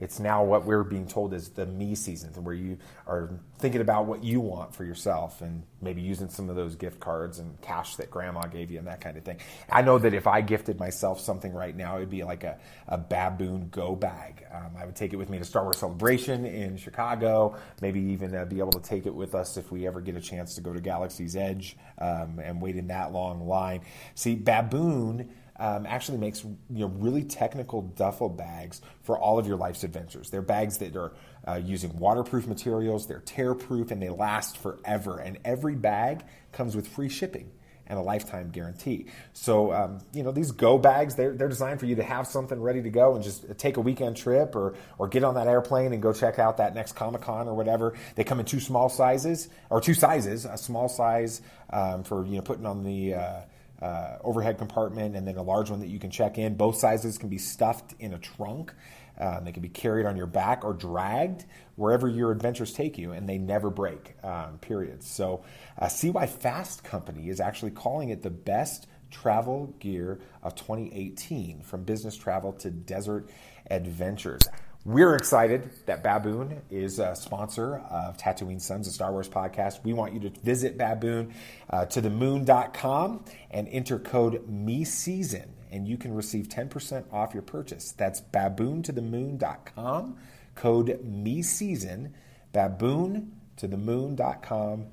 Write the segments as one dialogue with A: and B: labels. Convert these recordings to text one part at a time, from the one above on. A: it's now what we're being told is the me season, where you are thinking about what you want for yourself and maybe using some of those gift cards and cash that grandma gave you and that kind of thing. I know that if I gifted myself something right now, it would be like a, a baboon go bag. Um, I would take it with me to Star Wars Celebration in Chicago, maybe even uh, be able to take it with us if we ever get a chance to go to Galaxy's Edge um, and wait in that long line. See, baboon um, actually makes you know really technical duffel bags for all of your life's adventures. They're bags that are uh, using waterproof materials, they're tear-proof, and they last forever. And every bag comes with free shipping and a lifetime guarantee. So, um, you know, these go bags, they're, they're designed for you to have something ready to go and just take a weekend trip or, or get on that airplane and go check out that next Comic Con or whatever. They come in two small sizes, or two sizes, a small size um, for, you know, putting on the. Uh, uh, overhead compartment and then a large one that you can check in. Both sizes can be stuffed in a trunk. Um, they can be carried on your back or dragged wherever your adventures take you, and they never break, um, period. So, uh, see why Fast Company is actually calling it the best travel gear of 2018 from business travel to desert adventures. We're excited that Baboon is a sponsor of Tatooine Sons, a Star Wars podcast. We want you to visit Baboon uh, to the moon.com and enter code MeSeason, and you can receive 10% off your purchase. That's baboon to the moon.com, code MeSeason, baboon to the moon.com,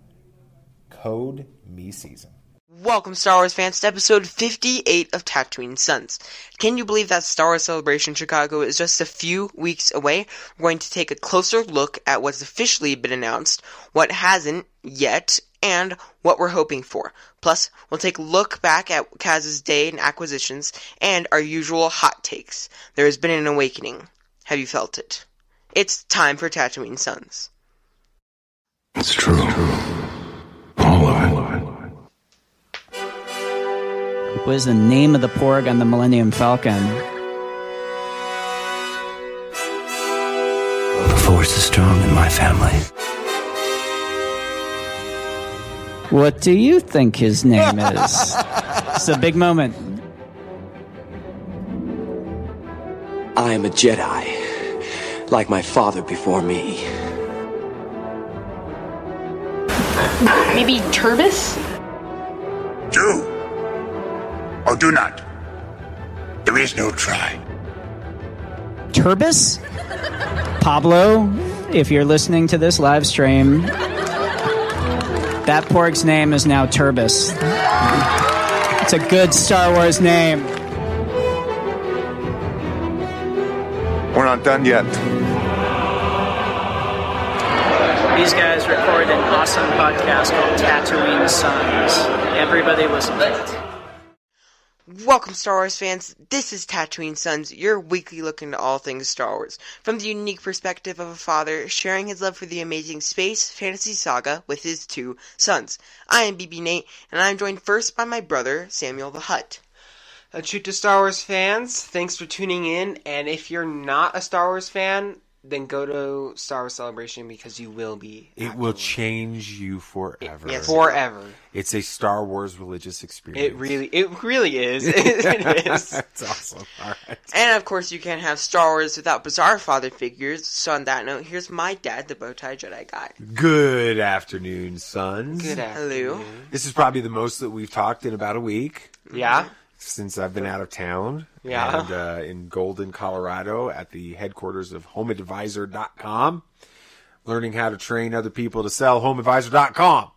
A: code MeSeason.
B: Welcome, Star Wars fans, to episode 58 of Tatooine Sons. Can you believe that Star Wars Celebration Chicago is just a few weeks away? We're going to take a closer look at what's officially been announced, what hasn't yet, and what we're hoping for. Plus, we'll take a look back at Kaz's day and acquisitions, and our usual hot takes. There has been an awakening. Have you felt it? It's time for Tatooine Sons.
C: It's true. All of it.
D: What is the name of the porg on the Millennium Falcon?
C: The force is strong in my family.
D: What do you think his name is? it's a big moment.
E: I am a Jedi, like my father before me.
F: Maybe Turvis?
G: Do or do not. There is no try.
D: Turbis? Pablo, if you're listening to this live stream, that porg's name is now Turbis. It's a good Star Wars name.
G: We're not done yet.
H: These guys record an awesome podcast called Tatooine Sons. Everybody listen to it.
B: Welcome, Star Wars fans. This is Tatooine Sons, your weekly look into all things Star Wars, from the unique perspective of a father sharing his love for the amazing space fantasy saga with his two sons. I am BB Nate, and I am joined first by my brother, Samuel the Hutt.
I: A treat to Star Wars fans. Thanks for tuning in. And if you're not a Star Wars fan, then go to Star Wars Celebration because you will be.
A: It will change you forever.
B: yes.
I: forever.
A: It's a Star Wars religious experience.
I: It really, it really is. it is.
A: That's awesome. All right.
B: And of course, you can't have Star Wars without bizarre father figures, so on that note, here's my dad, the Bowtie Jedi Guy.
A: Good afternoon, sons.
I: Good
B: Hello.
I: afternoon.
A: This is probably the most that we've talked in about a week
I: Yeah.
A: since I've been out of town.
I: Yeah.
A: And uh, in Golden, Colorado, at the headquarters of HomeAdvisor.com, learning how to train other people to sell HomeAdvisor.com.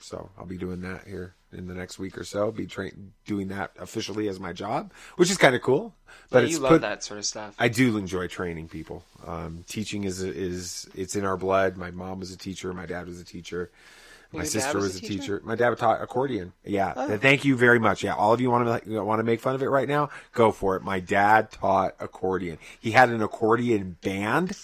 A: so I'll be doing that here in the next week or so. Be tra- doing that officially as my job, which is kind of cool. But
I: But
A: it's
I: you love
A: put,
I: that sort of stuff.
A: I do enjoy training people. Um, teaching is is it's in our blood. My mom was a teacher. My dad was a teacher. My
I: Your dad
A: sister
I: was
A: was
I: a
A: a teacher.
I: teacher?
A: My dad taught accordion. Yeah.
I: Oh.
A: Thank you very much. Yeah. All of you want to like, want to make fun of it right now? Go for it. My dad taught accordion. He had an accordion band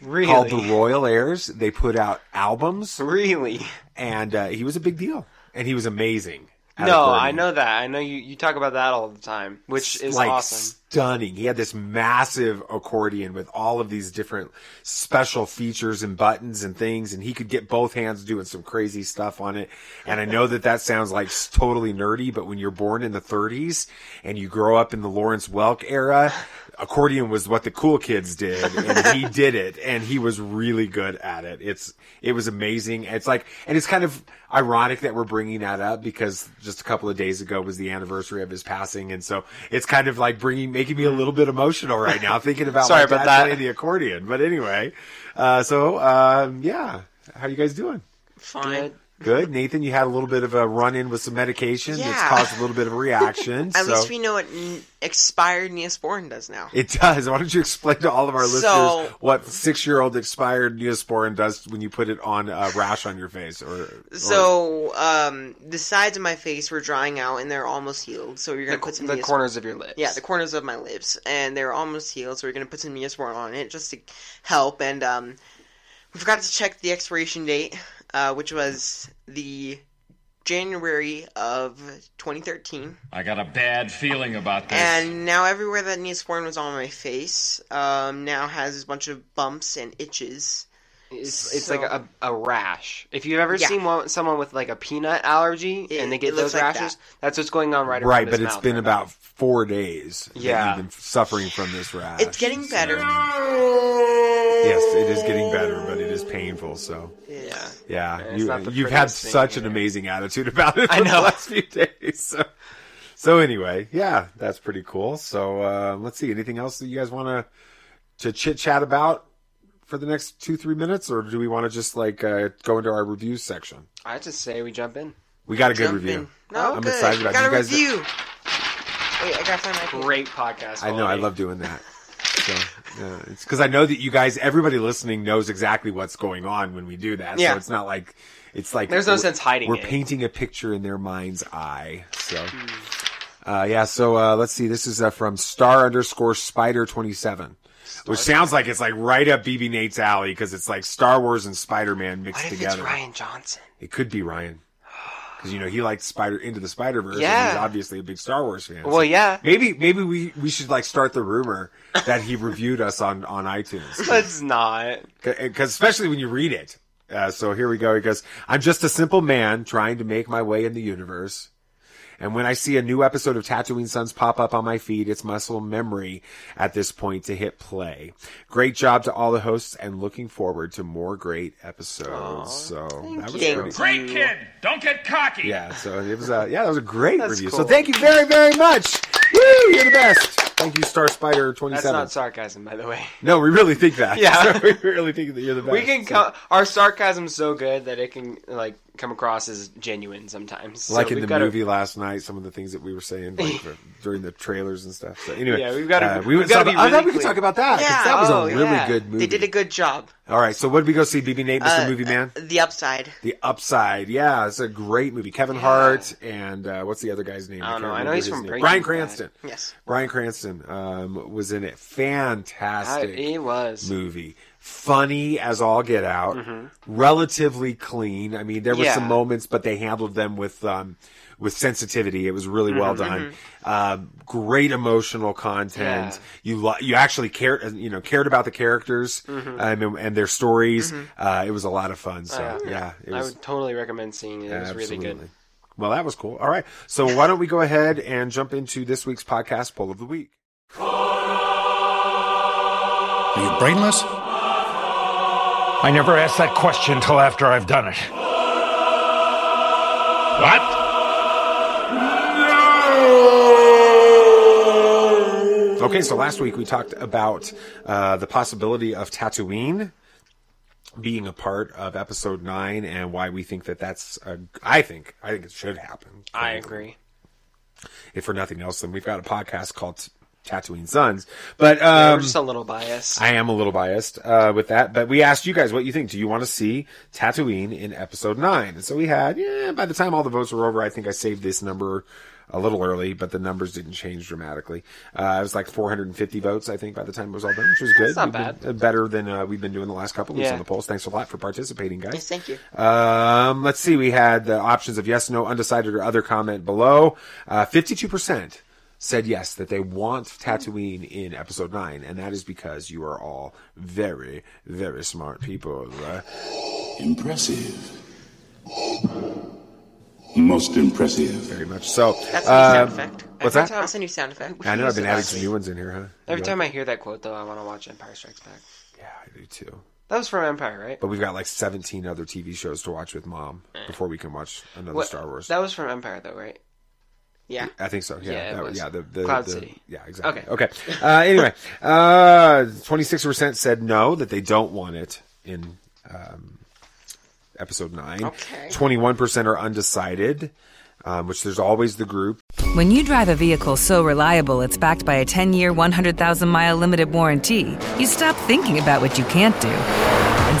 I: Really?
A: called the Royal Airs. They put out albums.
I: Really?
A: And uh, he was a big deal. And he was amazing. at
I: No,
A: accordion.
I: I know that. I know you, you talk about that all the time, which is
A: like
I: awesome.
A: stunning. He had this massive accordion with all of these different special features and buttons and things, and he could get both hands doing some crazy stuff on it. And I know that that sounds like s- totally nerdy, but when you're born in the 30s and you grow up in the Lawrence Welk era, accordion was what the cool kids did, and he did it, and he was really good at it. It's it was amazing. It's like, and it's kind of ironic that we're bringing that up because just a couple of days ago was the anniversary of his passing, and so it's kind of like bringing making me a little bit emotional right now thinking about
I: Sorry
A: my
I: about
A: dad
I: that.
A: playing the accordion. But anyway, uh, so um, yeah, how you guys doing?
B: Fine.
A: Good, Nathan. You had a little bit of a run in with some medication that's
B: Yeah.
A: caused a little bit of a reaction.
B: At
A: so
B: least we know what n- expired Neosporin does now.
A: it does. Why don't you explain to all of our
B: So-
A: listeners what six-year-old expired Neosporin does when you put it on a rash on your face or, or-
B: So um, the sides of my face were drying out and they're almost healed. So you're gonna put some
I: The
B: Neosporin-
I: corners of your lips.
B: Yeah, the corners of my lips, and they're almost healed. So we're gonna put some Neosporin on it just to help. And um, we forgot to check the expiration date, uh, which was the January of 2013.
C: I got a bad feeling about this.
B: And now everywhere that Neosporin was on my face, um, now has a bunch of bumps and itches.
I: It's, it's
B: So-
I: like a, a rash. If you've ever
B: Yeah.
I: seen one, someone with like a peanut allergy
B: It-
I: and they
B: it
I: get
B: looks
I: those
B: like
I: rashes,
B: that.
I: that's what's going on right around
A: right,
I: his
A: but it's
I: mouth
A: been
I: right now.
A: about four days. that
I: Yeah.
A: you've been suffering from this rash.
B: It's getting better.
A: Yes, it is getting better, but it is painful. So
I: Yeah.
A: Yeah,
I: it's not
A: you,
I: the
A: you've had
I: prettiest thing
A: such an
I: either.
A: amazing attitude about it.
I: I
A: I know. The
I: know.
A: last few days. So, so anyway, yeah, that's pretty cool. So uh, let's see. Anything else that you guys want to to chit chat about for the next two three minutes, or do we want to just like uh, go into our review section?
I: I just say we jump in.
A: We got a good
B: Jump
A: review.
B: in. No,
A: I'm
B: good.
A: excited about it.
B: Got
A: You
B: a
A: guys-
B: review. Wait, I gotta find my. paper.
I: Great podcast.
A: I know. I
I: quality.
A: love doing that. So, yeah, it's because I know that you guys, everybody listening, knows exactly what's going on when we do that.
I: Yeah.
A: So it's not like it's like
I: There's no
A: we're-
I: sense hiding
A: We're
I: it.
A: painting a picture in their mind's eye. So.
I: Hmm.
A: Uh, yeah, so uh, let's see. This is uh, from star underscore spider twenty seven, which sounds like it's like right up BB Nate's alley because it's like Star Wars and Spider Man mixed
I: What if
A: together.
I: it's Ryan Johnson?
A: It could be Ryan because you know he liked Spider into the Spider Verse.
I: Yeah.
A: he's obviously a big Star Wars fan.
I: Well, yeah.
A: Maybe maybe we, we should like start the rumor that he reviewed us on on iTunes
I: It's not.
A: because uh, especially when you read it. Uh, so here we go. He goes, "I'm just a simple man trying to make my way in the universe." And when I see a new episode of Tatooine Sons pop up on my feed, it's muscle memory at this point to hit play. Great job to all the hosts and looking forward to more great episodes. so that was
B: you.
A: pretty
C: Great kid! Don't get cocky!
A: yeah, so it was a yeah, that was a great
I: That's
A: review. So
I: cool.
A: thank you very very much. Woo, you're the best. Thank you, Star Spider twenty
I: That's
A: seven.
I: not sarcasm, by the way.
A: No, we really think that.
I: Yeah.
A: So we really think that you're the best.
I: We can
A: So-
I: come. Our sarcasm's so good that it can like come across as genuine sometimes. So
A: like in
I: we've
A: the
I: gotta-
A: movie last night, some of the things that we were saying like, for, during the trailers and stuff. So anyway,
I: Yeah, we've gotta-
A: uh, we
I: we've
A: went-
I: gotta
A: so
I: be
A: I thought
I: really
A: we could
I: clean.
A: talk about that. 'cause
B: Yeah,
A: that was
I: oh,
A: a really
I: yeah.
A: good movie.
B: They did a good job.
A: All right, so what did we go see? BB Nate, Mr.
B: Uh,
A: movie Man,
B: The upside.
A: The Upside. Yeah, it's a great movie. Kevin Hart and uh, what's the other guy's name?
I: I
A: can't
I: don't know. I know
A: remember
I: he's
A: his
I: from
A: name.
I: Breaking
A: Bryan
I: Bad.
A: Cranston.
B: Yes.
A: Brian Cranston um, was in it.
I: I-
A: Fantastic
I: it was.
A: movie. Funny as all get out. Relatively clean. I mean, there were
I: Mm-hmm. Yeah.
A: some moments, but they handled them with um, with sensitivity. It was really
I: Mm-hmm,
A: well done. Um, great emotional content.
I: Yeah.
A: You lo- you actually cared you know cared about the characters
I: Mm-hmm.
A: um, and, and their stories. Uh, it was a lot of fun. So
I: Uh,
A: yeah, it
I: Mm-hmm. I
A: was
I: would totally recommend seeing it. It was really good.
A: absolutely. Well, that was cool. All right. So why don't we go ahead and jump into this week's podcast poll of the week?
J: Are you brainless?
C: I never asked that question till after I've done it. What?
A: Okay, so last week we talked about uh, the possibility of Tatooine being a part of Episode Nine and why we think that that's. A, I think I think it should happen.
I: I agree.
A: If for nothing else, then we've got a podcast called Tatooine Sons. But um,
I: We're just a little biased.
A: I am a little biased uh, with that, but we asked you guys what you think. Do you want to see Tatooine in episode nine? And so we had, yeah, by the time all the votes were over, I think I saved this number a little early, but the numbers didn't change dramatically. Uh, it was like 450 votes, I think, by the time it was all done, which was good.
I: That's not
A: We've been-
I: bad.
A: uh, better than uh, we've been doing the last couple weeks
I: Yeah.
A: on the polls. Thanks a lot for participating, guys.
I: Yes, thank you.
A: Um, let's see. We had the options of yes, no, undecided, or other comment below. Uh, 52% said yes, that they want Tatooine in episode 9, and that is because you are all very, very smart people.
C: Impressive. Most impressive.
A: Very much so.
I: That's a new
A: Uh,
I: sound effect.
A: What's
I: Every
A: that?
I: time- That's a new sound effect.
A: I know I've been
I: Used it
A: adding
I: last
A: some
I: week.
A: new ones in here, huh?
I: Every
A: You
I: time I hear that quote, though, I want to watch Empire Strikes Back.
A: like- Yeah, I do too.
I: That was from Empire, right?
A: But we've got like 17 other TV shows to watch with mom before we can watch another
I: What-
A: Star Wars.
I: That was from Empire, though, right? Yeah.
A: I think so. Yeah,
I: Yeah, it
A: that-
I: was.
A: yeah. The, the
I: Cloud
A: the-
I: City.
A: Yeah, exactly. Okay.
I: Okay.
A: Uh, anyway, uh, twenty-six percent said no that they don't want it in um, episode nine.
K: Okay.
A: Twenty-one percent are undecided, um, which there's always the group
K: When you drive a vehicle so reliable it's backed by a 10 year, 100,000 mile limited warranty, you stop thinking about what you can't do and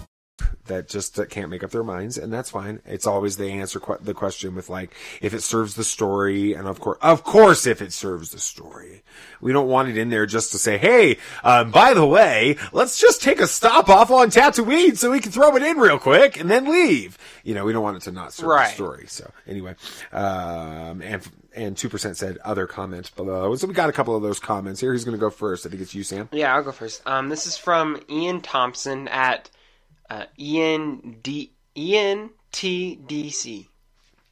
A: that just uh, can't make up their minds, and that's fine. It's always they answer que- the question with like, if it serves the story, and of course, of course, if it serves the story, we don't want it in there just to say, hey, um, by the way, let's just take a stop off on Tatooine so we can throw it in real quick and then leave. You know, we don't want it to not serve
I: Right.
A: the story. So anyway, um, and and two percent said other comment below, so we got a couple of those comments here. Who's going to go first? I think it's you, Sam.
I: Yeah, I'll go first. Um, this is from Ian Thompson at uh, Ian D Ian T D C.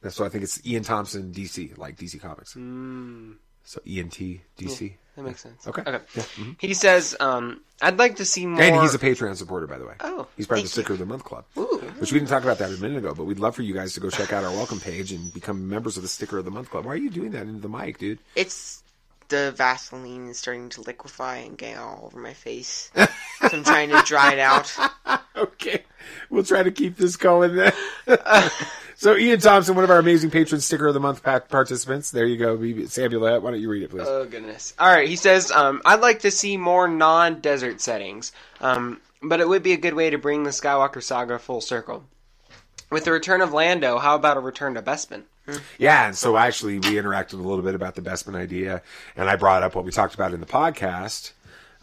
A: That's why I think it's Ian Thompson, DC, like DC Comics.
I: Mm.
A: So E ENT DC.
I: Yeah, that makes sense.
A: Okay.
I: Okay.
A: Yeah, mhm.
I: He says, um, "I'd like to see more."
A: And he's a Patreon supporter, by the way.
I: Oh,
A: he's part of
I: thank
A: the Sticker of the Month Club, which we didn't talk about that a minute ago. But we'd love for you guys to go check out our welcome page and become members of the Sticker of the Month Club. Why are you doing that into the mic, dude?
B: It's the Vaseline is starting to liquefy and get all over my face. so I'm trying to dry it out.
A: okay. We'll try to keep this going then. so Ian Thompson, one of our amazing patron Sticker of the Month pa- participants. There you go, We- Samulette. Why don't you read it, please?
I: Oh goodness! All right, he says, um, "I'd like to see more non-desert settings, um, but it would be a good way to bring the Skywalker saga full circle. With the return of Lando, how about a return to Bespin?
A: Yeah, and so actually we interacted a little bit about the Bestman idea, and I brought up what we talked about in the podcast,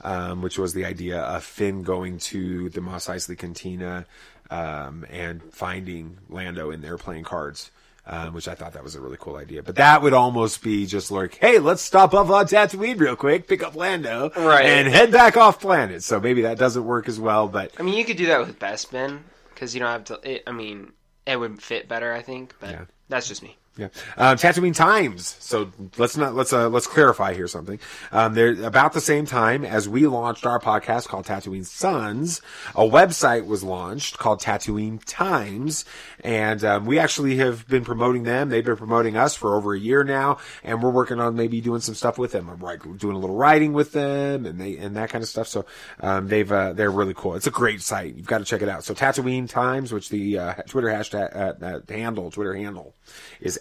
A: um, which was the idea of Finn going to the Mos Eisley Cantina um, and finding Lando in there playing cards. Um, which I thought that was a really cool idea, but that would almost be just like, hey, let's stop off on Tatooine real quick, pick up Lando,
I: Right.
A: and head back off planet. So maybe that doesn't work as well, but
I: I mean, you could do that with Bespin because you don't have to. It, I mean, it would fit better, I think. But that's just me.
A: Yeah, um, Tatooine times. So let's not let's uh, let's clarify here something. Um, they're about the same time as we launched our podcast called Tatooine Sons. A website was launched called Tatooine Times, and um, we actually have been promoting them. They've been promoting us for over a year now, and we're working on maybe doing some stuff with them. I'm like doing a little writing with them, and they and that kind of stuff. So um, they've uh, they're really cool. It's a great site. You've got to check it out. So Tatooine Times, which the uh, Twitter hashtag uh, uh, handle Twitter handle is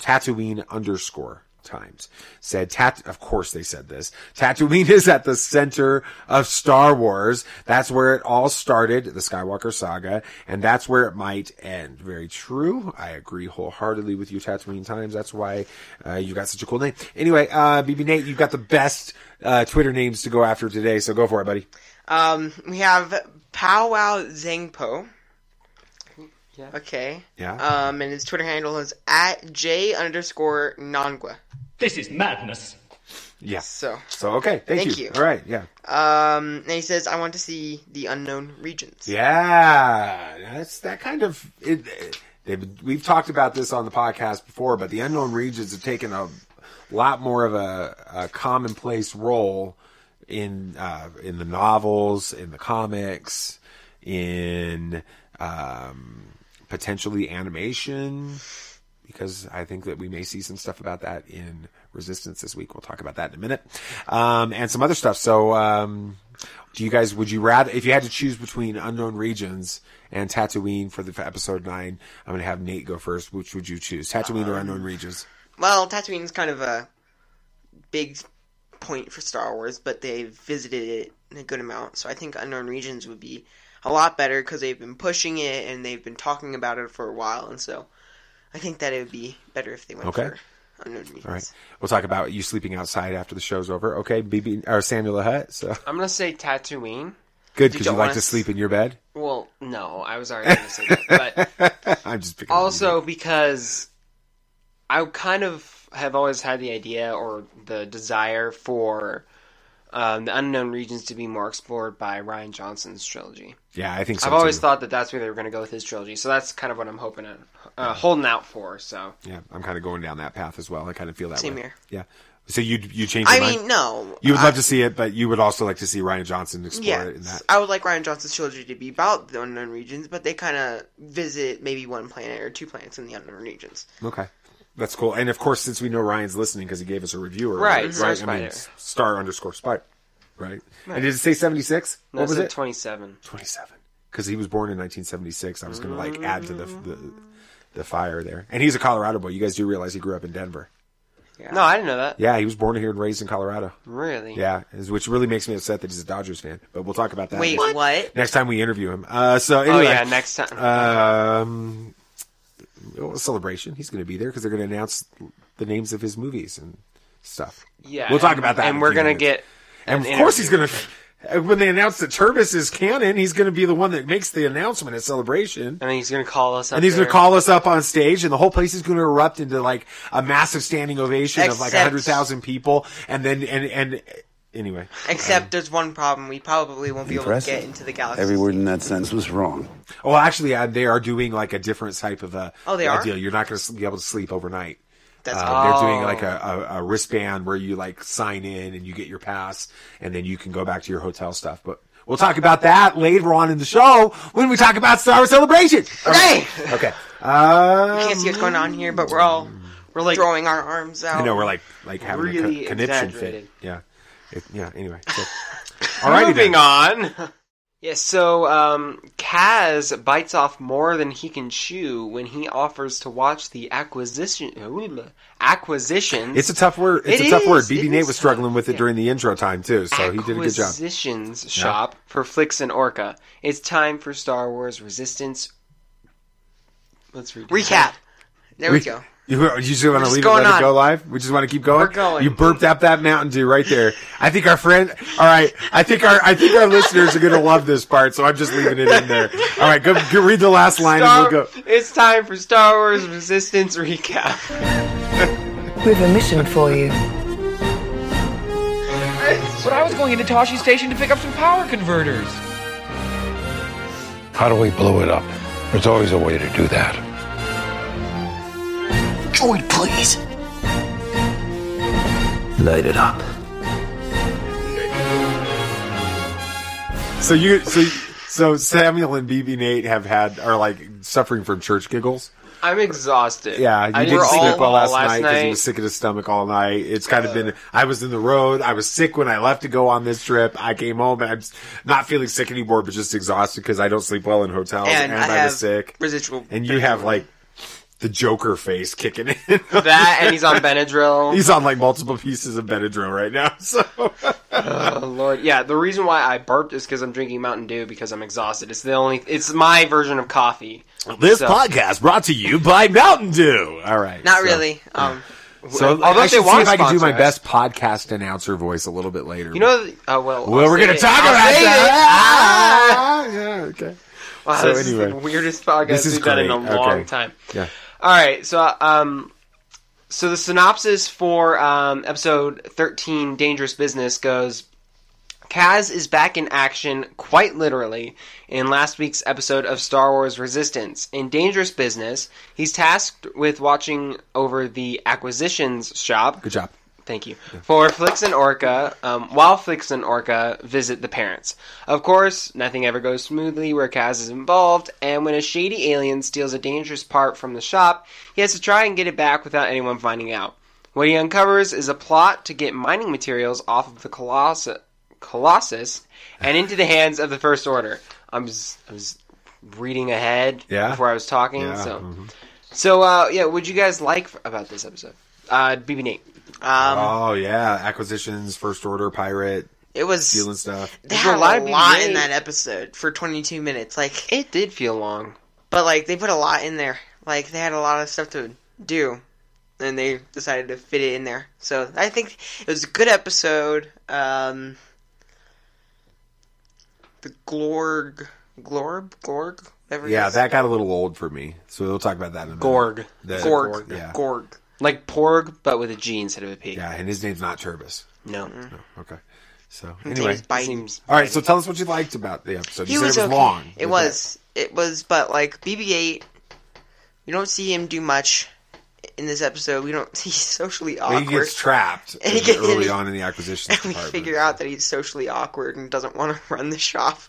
A: Tatooine underscore times said tat of course they said this tatooine is at the center of star wars that's where it all started the skywalker saga and that's where it might end very true i agree wholeheartedly with you tatooine times that's why uh, you got such a cool name anyway uh bb nate you've got the best uh twitter names to go after today so go for it buddy
B: Um, we have Pow Wow Zangpo. Yeah. Okay.
A: Yeah.
B: Um, and his Twitter handle is at J underscore Nangwa.
D: This is madness.
A: Yeah.
B: So.
A: So okay. Thank,
B: Thank
A: you.
B: you.
A: All right. Yeah.
B: Um, and he says, I want to see the unknown regions.
A: Yeah. That's that kind of. It, they've, we've talked about this on the podcast before, but the unknown regions have taken a lot more of a, a commonplace role in uh, in the novels, in the comics, in um, potentially animation. Because I think that we may see some stuff about that in Resistance this week. We'll talk about that in a minute, um, and some other stuff. So, um, do you guys? Would you rather, if you had to choose between Unknown Regions and Tatooine for the for episode nine? I'm going to have Nate go first. Which would you choose, Tatooine
I: Um,
A: or Unknown Regions?
B: Well, Tatooine is kind of a big point for Star Wars, but they've visited it in a good amount. So I think Unknown Regions would be a lot better because they've been pushing it and they've been talking about it for a while. And so I think that it would be better if they went
A: Okay.
B: for Unknown Regions.
A: All right, we'll talk about you sleeping outside after the show's over. Okay, BB or Samuel Hutt. So
I: I'm gonna say Tatooine.
A: good because
I: You
A: you
I: don't
A: like
I: wanna
A: to
I: s-
A: sleep in your bed.
I: Well, no, I was already gonna say that, but
A: I'm just picking on you.
I: also because I kind of have always had the idea or the desire for um, the unknown regions to be more explored by Ryan Johnson's trilogy.
A: Yeah, I think so
I: I've always
A: too.
I: thought that that's where they were going to go with his trilogy, so that's kind of what I'm hoping, at, uh, holding out for. So
A: Yeah, I'm kind of going down that path as well. I kind of feel that
I: Same
A: way.
I: here.
A: Yeah. So you you change?
B: I
A: your
B: mean,
A: mind?
B: no.
A: You would
B: I-
A: love to see it, but you would also like to see Ryan Johnson explore it in that.
B: I would like Ryan Johnson's trilogy to be about the unknown regions, but they kind of visit maybe one planet or two planets in the unknown regions.
A: Okay. That's cool. And of course, since we know Ryan's listening because he gave us a review, earlier,
I: Right, Star
A: Right. I mean,
I: Spider.
A: s- star underscore spider. Right. And did it say 76?
I: No,
A: what was
I: said
A: it?
I: 27.
A: 27. Because he was born in 1976. I was going to like add to the,
I: Mm.
A: the the fire there. And he's a Colorado boy. You guys do realize he grew up in Denver.
I: No, I didn't know that.
A: Yeah, he was born here and raised in Colorado.
I: Really?
A: Yeah, is- which really makes me upset that he's a Dodgers fan. But we'll talk about that.
I: Wait,
A: next-
I: what?
A: Next time we interview him. Uh, so anyway,
I: Oh, yeah, next time.
A: Um, well, celebration. He's going to be there because they're going to announce the names of his movies and stuff.
I: Yeah,
A: we'll talk
I: and-
A: about that.
I: and
A: in a
I: we're
A: few
I: gonna
A: minutes.
I: get
A: And
I: an
A: of course, he's
I: interview
A: going to. When they announce that Turbis is canon, he's going to be the one that makes the announcement at celebration.
I: And he's going to call us up.
A: And he's going
I: there.
A: to call us up on stage, and the whole place is going to erupt into like a massive standing ovation of like
B: Except-
A: hundred thousand people. And then and and anyway,
B: Except there's one problem: we probably won't be able
A: Um, Impressive.
B: to get into the galaxy.
A: Every word in that sentence was wrong. Well, actually, uh, they are doing like a different type of a,
B: Oh, they
A: a
B: are?
A: deal. You're not going to be able to sleep overnight.
B: That's Oh.
A: Uh,
B: cool.
A: They're doing like a, a, a wristband where you like sign in and you get your pass, and then you can go back to your hotel stuff. But we'll talk about that later on in the show when we talk about Star Wars Celebration.
B: Okay.
A: okay. Um,
B: I can't see what's going on here, but we're all we're like throwing our arms out.
A: I Mm. know we're like like having
B: Really
A: a co- conniption fit.
B: exaggerated.
A: Yeah. It- yeah. Anyway. So. All righty then.
I: Moving on. Yeah, so um, Kaz bites off more than he can chew when he offers to watch the acquisition ooh, acquisitions.
A: It's a tough word. It's
I: It
A: a tough word.
I: is,
A: BB
I: it
A: Nate
I: is
A: was struggling with it during the intro time too, so he did a good job.
I: Acquisitions
A: Yeah.
I: shop for Flix and Orca. It's time for Star Wars Resistance. Let's read
B: recap. There we, go.
A: You, you just want to
B: just
A: leave it, let
B: going
A: it go
B: on.
A: live. We just want to keep going.
B: We're going.
A: You burped up that Mountain Dew right there. I think our friend. All right. I think our I think our listeners are gonna love this part. So I'm just leaving it in there. All right. Go, go read the last line
I: Star-
A: and we'll go.
I: It's time for Star Wars Resistance recap.
L: We have a mission for you.
M: But I was going into Toshi Station to pick up some power converters.
C: How do we blow it up? There's always a way to do that.
M: Droid, please.
N: Light it up.
A: So you so so Samuel and BB Nate have had are like suffering from church giggles.
I: I'm exhausted.
A: Yeah, you
I: I
A: didn't
I: sleep
A: sleep well
I: all
A: last, night
I: last
A: because he
I: night.
A: was sick in his stomach all night. It's kind of been. I was in the road. I was sick when I left to go on this trip. I came home and I'm s- not feeling sick anymore, but just exhausted because I don't sleep well in hotels and,
B: And I
A: I,
B: have
A: was sick.
B: Residual.
A: And you have like the Joker face kicking in.
I: that and he's on Benadryl.
A: He's on like multiple pieces of Benadryl right now. So
I: Oh Lord, yeah. The reason why I burped is because I'm drinking Mountain Dew because I'm exhausted. It's the only. It's my version of coffee.
A: this
I: So-
A: podcast brought to you by Mountain Dew. All right,
I: Not
A: so-
I: really. Um,
A: So
I: although
A: I
I: they
A: should see
I: want
A: if I can do
I: sponsor
A: my
I: us.
A: best podcast announcer voice a little bit later.
I: You know. Uh, well,
A: Well,
I: I'll
A: we're
I: say
A: gonna
I: it.
A: talk
I: I'll
A: about
B: Ah,
I: say
A: that.
I: it.
A: yeah, Ah, okay.
I: Wow,
A: So
I: this is the
A: anyway,
I: weirdest podcast
A: this is
I: we've done in a
A: great.
I: long
A: Okay.
I: time.
A: Yeah.
I: All right, so um, so the synopsis for um, episode thirteen, "Dangerous Business," goes. Kaz is back in action, quite literally, in last week's episode of Star Wars Resistance. In Dangerous Business, he's tasked with watching over the acquisitions shop. Good
A: job.
I: Thank you. For Flix and Orca, um, while Flix and Orca visit the parents. Of course, nothing ever goes smoothly where Kaz is involved, and when a shady alien steals a dangerous part from the shop, he has to try and get it back without anyone finding out. What he uncovers is a plot to get mining materials off of the Colossus, Colossus and into the hands of the First Order. I'm just, I was reading ahead
A: Yeah.
I: before I was talking,
A: Yeah,
I: so.
A: mhm.
I: So, uh, yeah, what'd you guys like f- about this episode? Uh, BB Nate. Um,
A: oh yeah, acquisitions, first order, pirate.
B: It was
A: stealing stuff.
B: They had a lot, in that episode for 22 minutes. Like
I: it did feel long,
B: but like they put a lot in there. Like they had a lot of stuff to do, and they decided to fit it in there. So I think it was a good episode. Um, the Glorg, Glorb, Glorg, whatever. it
A: Yeah,
B: is.
A: that got a little old for me. So we'll talk about that in a minute.
I: Gorg.
A: The-
B: Gorg,
A: Yeah.
B: Gorg.
I: Like Porg, but with a G instead of a P.
A: Yeah, and his name's not Turbis.
I: No.
A: Okay. So
B: His
A: anyway,
B: name's Biden.
A: all right. So tell us what you liked about the episode.
B: He
A: you said
B: was
A: it was
B: okay.
A: long.
B: It was. It was, but like BB-8, you don't see him do much in this episode. We don't. He's socially
A: Well,
B: awkward.
A: he gets trapped
B: And he
A: in-
B: gets-
A: early on in the acquisitions
B: we
A: department.
B: figure out that he's socially awkward and doesn't want to run the shop.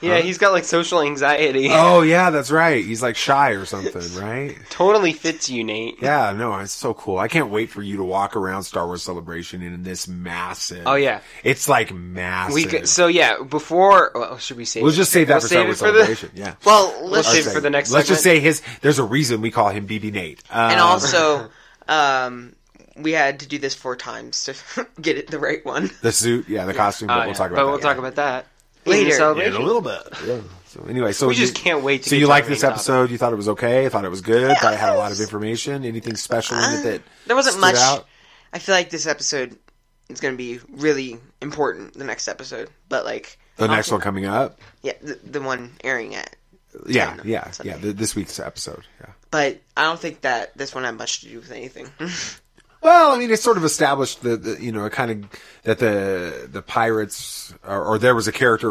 I: Yeah, he's got like social anxiety.
A: Oh yeah, that's right. He's like shy or something, right?
I: Totally fits you, Nate.
A: Yeah, no, it's so cool. I can't wait for you to walk around Star Wars Celebration in this massive.
I: Oh, yeah.
A: it's like massive.
I: We could, so yeah, before well, should we save?
A: We'll
I: it?
A: just save that for Star
I: save
A: Wars
I: it the-
A: Celebration. Yeah.
B: Well,
I: We'll
B: let's
I: save
B: just-
I: it for the next.
A: Let's just
I: segment.
A: say his. There's a reason we call him BB Nate.
B: and
A: Um,
B: also, um, we had to do this four times to get it the right one.
A: the suit. Yeah, the costume. But
I: Oh,
A: we'll
I: yeah,
A: talk about
I: but
A: that.
I: we'll talk about that
B: Later.
I: in,
A: in a little bit. Yeah. So anyway, so
I: We just
A: you-
I: can't wait
A: so
I: to get
A: you
I: to
A: like
I: our
A: this
I: main
A: episode? You thought it was okay? Thought it was good? thought it had a lot of information? Anything special
I: Uh,
A: in it that
B: There wasn't
A: stood
B: much.
A: out?
B: I feel like this episode is going to be really important. The next episode, but like
A: The next one coming up.
B: yeah, the, the one airing at.
A: Yeah, yeah, yeah. th this week's episode. Yeah.
B: But I don't think that this one had much to do with anything.
A: Well, I mean, it sort of established the, the you know, kind of that the the pirates or, or there was a character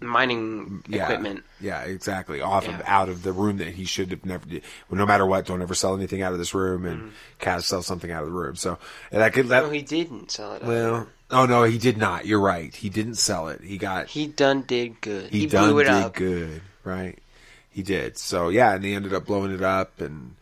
I: mining
A: yeah,
I: equipment.
A: Yeah, exactly. Off of
I: Yeah.
A: out of the room that he should have never. Well, no matter what, don't ever sell anything out of this room, and Kaz sells something out of the room. So and that could that.
I: Mm-hmm. No, he didn't sell it. Well,
A: well, oh no, he did not. You're right. He didn't sell it. He got
I: he done did good.
A: he,
I: He,
A: done
I: blew it
A: did
I: up.
A: good, right? He did. So yeah, and he ended up blowing it up and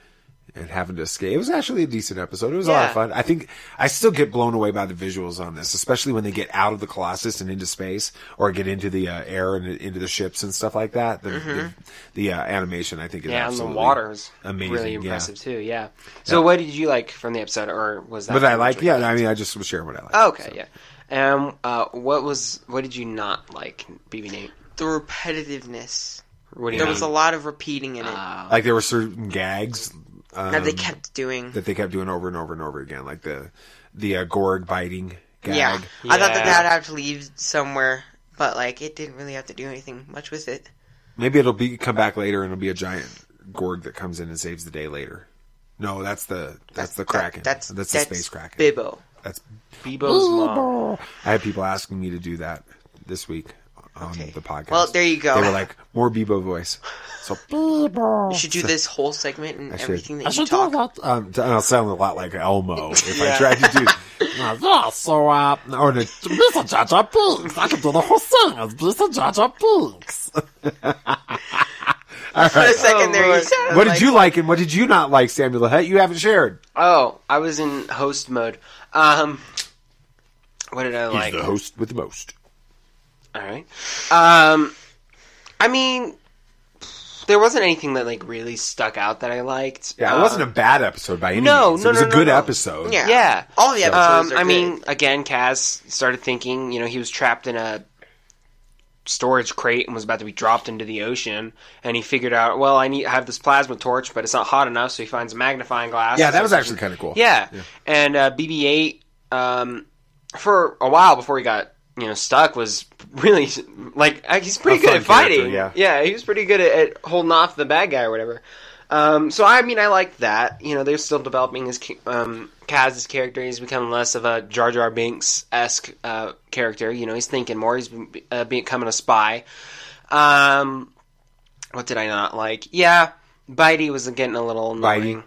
A: and having to escape. It was actually a decent episode. It was a lot of
I: Yeah.
A: fun. I think I still get blown away by the visuals on this, especially when they get out of the Colossus and into space, or get into the uh, air and into the ships and stuff like that. The the,
I: Mhm.
A: the, uh, animation, I think, is
I: Yeah, and the
A: absolutely
I: water is
A: amazing.
I: really
A: yeah.
I: impressive too. Yeah. So, what did you like from the episode, or was that?
A: But I
I: pretty much
A: like, yeah. I mean, I just was sharing what I like.
I: Okay, yeah. Um, uh, what was what did you not like, BB Nate?
B: the repetitiveness.
I: What do you
B: there
I: mean?
B: was a lot of repeating in it.
I: Oh.
A: Like there were certain gags um,
B: That they kept doing.
A: that they kept doing over and over and over again, like the the uh, Gorg biting gag.
B: Yeah. I thought that that had to leave somewhere, but like it didn't really have to do anything much with it.
A: Maybe it'll be come back later and it'll be a giant Gorg that comes in and saves the day later. No, that's the that's the Kraken.
B: That's
A: that's, the
B: that's
A: space Kraken.
B: Bibbo.
A: That's
B: Bebo's mom.
A: I had people asking me to do that this week on the podcast.
B: Well, there you go.
A: They were like, more Bebo voice. So
B: You should do this whole segment and
A: I should.
B: everything
A: I
B: that you
A: should
B: talk.
A: um, t- I'll sound a lot like Elmo if
B: Yeah.
A: I tried to do. Uh, yeah, so uh, or the Mr. Jaja Binks. I could do the whole song as Mr. Jaja Binks. All
B: For a second there, you sounded
A: What
B: like-
A: did you like and what did you not like, Samuel Hett? You haven't shared.
I: Oh, I was in host mode. Um, what did I
A: He's
I: like?
A: the host with the most.
I: All right. Um, I mean, there wasn't anything that like really stuck out that I liked.
A: Yeah, it
I: Um,
A: wasn't a bad episode by any
I: no,
A: means.
I: no,
A: it was
I: no,
A: a
I: no,
A: good
I: no.
A: episode.
I: Yeah. yeah.
B: All the episodes
I: Um,
B: are
I: I mean, again, Kaz started thinking, you know, he was trapped in a storage crate and was about to be dropped into the ocean and he figured out well I need I have this plasma torch but it's not hot enough so he finds a magnifying glass
A: Yeah, that was
I: So-
A: actually kind of cool.
I: yeah. And uh, BB-8 um, for a while before he got you know stuck was really like uh, he's pretty
A: A
I: good
A: fun
I: at fighting.
A: character,
I: yeah, he was pretty good at, at holding off the bad guy or whatever. Um, so I mean, I like that. You know, they're still developing his ca- um, Kaz's character. He's become less of a Jar Jar Binks esque uh, character. You know, he's thinking more. He's uh, becoming a spy. Um, what did I not like? Yeah, Bitey was getting a little annoying.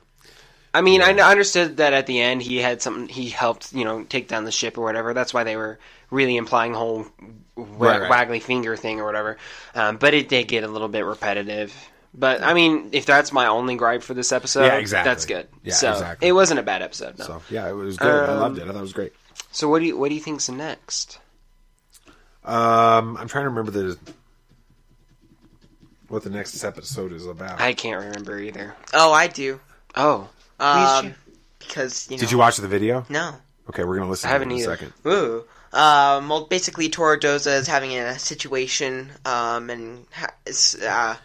I: I mean, I n- understood that at the end he had something. He helped, you know, take down the ship or whatever. That's why they were really implying whole wa-
A: Right, right.
I: waggly finger thing or whatever. Um, but it did get a little bit repetitive. But I mean, if that's my only gripe for this episode,
A: Yeah, exactly.
I: that's good.
A: Yeah,
I: so
A: exactly.
I: it wasn't a bad episode. No. So,
A: So yeah, it was good. I
I: Um,
A: loved it. I thought it was great.
I: what do you what do you think's next?
A: Um, I'm trying to remember the what the next episode is about.
I: I can't remember either.
B: Oh, I do.
I: Oh,
B: Um, because you know,
A: Did you watch the video?
B: No.
A: Okay, we're gonna listen.
I: I haven't
A: to it in
I: either.
A: a second.
B: Ooh. Um, well, basically, Toradoza is having a situation, um, and ha- is, uh,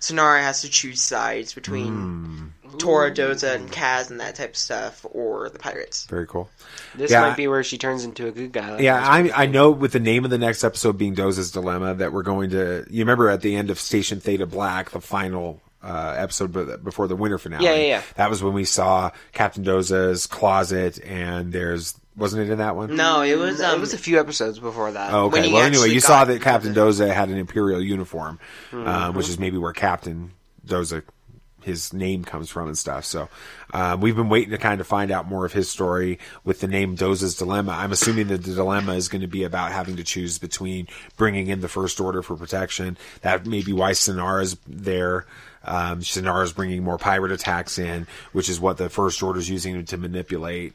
B: Sonara has to choose sides between
A: Hmm.
B: Toradoza and Kaz and that type of stuff, or the pirates.
A: Very cool.
I: This
A: Yeah,
I: might be where she turns into a good guy.
A: Yeah, I I know with the name of the next episode being Doza's Dilemma that we're going to. You remember at the end of Station Theta Black, the final uh, episode be- before the winter finale.
I: Yeah, yeah, yeah.
A: That was when we saw Captain Doza's closet, and there's wasn't it in that one?
B: No, it was. Um,
I: it was a few episodes before that.
A: Oh,
B: when
A: okay.
B: he
A: Well, anyway,
B: actually
A: you saw
B: got
A: that Captain Doza had an Imperial uniform, um,
I: Mhm.
A: which is maybe where Captain Doza, his name comes from and stuff. So um, we've been waiting to kind of find out more of his story with the name Doza's Dilemma. I'm assuming that the dilemma is going to be about having to choose between bringing in the First Order for protection. That may be why Sinara's there. Um, Sinara's bringing more pirate attacks in, which is what the First Order's using to manipulate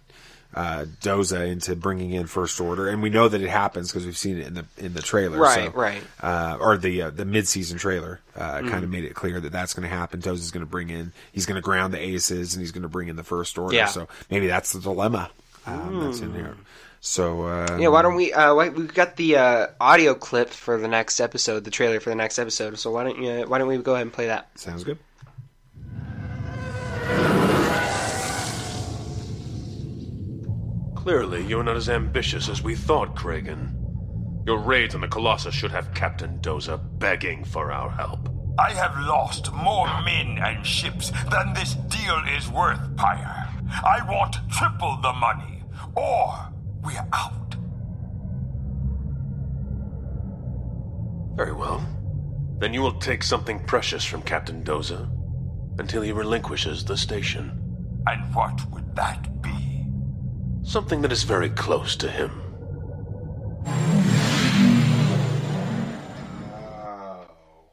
A: uh, Doza into bringing in First Order, and we know that it happens because we've seen it in the in the trailer,
I: Right,
A: so,
I: right.
A: Uh, or the uh, the mid season trailer uh, kind
I: Mhm.
A: of made it clear that that's going to happen. Doza's going to bring in, he's going to ground the aces, and he's going to bring in the First Order.
I: Yeah. Mm.
A: So maybe that's the dilemma um, that's in there. So uh,
I: Yeah, why don't we? Uh, why, we've got the uh, audio clip for the next episode, the trailer for the next episode. So why don't you? Why don't we go ahead and play that?
A: Sounds good.
C: Clearly, you're not as ambitious as we thought, Kragan. Your raids on the Colossus should have Captain Doza begging for our help.
G: I have lost more men and ships than this deal is worth, Pyre. I want triple the money, or we're out.
C: Very well. Then you will take something precious from Captain Doza until he relinquishes the station.
G: And what would that be?
C: Something that is very close to him.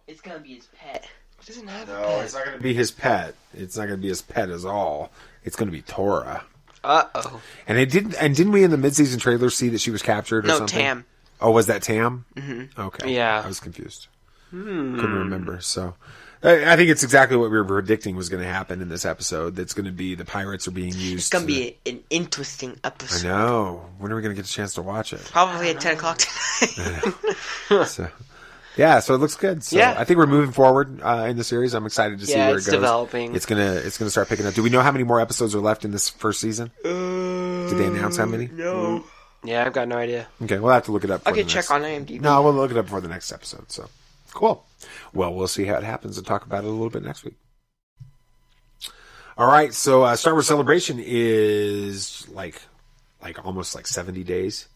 B: It's gonna be his pet. It doesn't have a
A: No, it's not going to be his pet. It's not going to be his pet at all. It's going to be Tora.
I: Uh oh.
A: And it didn't. And didn't we in the mid season trailer see that she was captured? or
B: No,
A: something?
B: Tam.
A: Oh, was that Tam?
B: Mhm.
A: Okay.
I: Yeah.
A: I was confused.
I: Hmm.
A: couldn't remember. So I, I think it's exactly what we were predicting was going to happen in this episode. That's going to be the pirates are being used.
B: It's gonna
A: to-
B: be an interesting
A: I
B: episode.
A: know. When are we going to get a chance to watch it?
B: Probably at ten o'clock tonight.
A: so, yeah, so it looks good. So
B: Yeah.
A: I think we're moving forward uh, in the series. I'm excited to see
I: Yeah,
A: where
I: it's
A: it goes.
I: developing.
A: It's gonna it's gonna start picking up. Do we know how many more episodes are left in this first season? Did they announce how many?
B: Uh, No.
I: Yeah, I've got no idea.
A: Okay, we'll have to look it up. for
B: Okay,
A: the
B: check
A: next-
B: on IMDb.
A: No, we'll look it up for the next episode. So cool. Well, we'll see how it happens and talk about it a little bit next week. All right, so uh, Star Wars Celebration is like like almost like 70 days.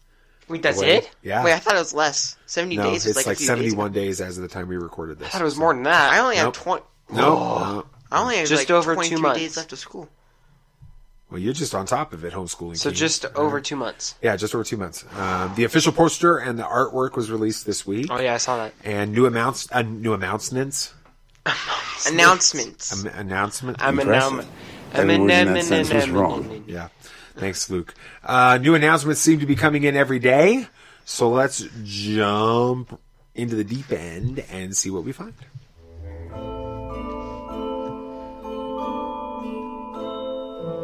B: Wait, that's
A: away.
B: it?
A: Yeah.
B: Wait, I thought it was less. Seventy
A: no,
B: days
A: it's
B: is
A: like,
B: like, a few days.
A: 71 days, as of the time we recorded this.
B: I thought it was more than that. I only have
A: Nope.
B: twenty.
A: No,
B: Whoa.
A: no.
B: I only have
I: Just
B: like
I: over two
B: 23
I: months.
B: days left of school.
A: Well, you're just on top of it, homeschooling.
I: So
A: team.
I: just
A: Uh,
I: over two months.
A: Yeah, just over two months. Um, the official poster and the artwork was released this week.
I: Oh yeah, I saw that.
A: And new amounts, uh, new announcements,
B: Announcements.
A: um, announcement.
I: I'm
A: Impressive.
I: annum- I'm Every word in that annum- sentence was annum-
A: wrong. Yeah. Thanks, Luke. Uh, new announcements seem to be coming in every day, so let's jump into the deep end and see what we find.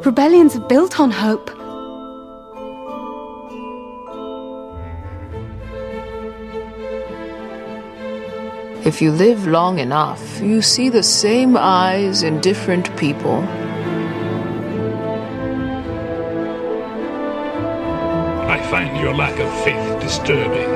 O: Rebellions are built on hope.
D: If you live long enough, you see the same eyes in different people.
C: I find your lack of faith disturbing.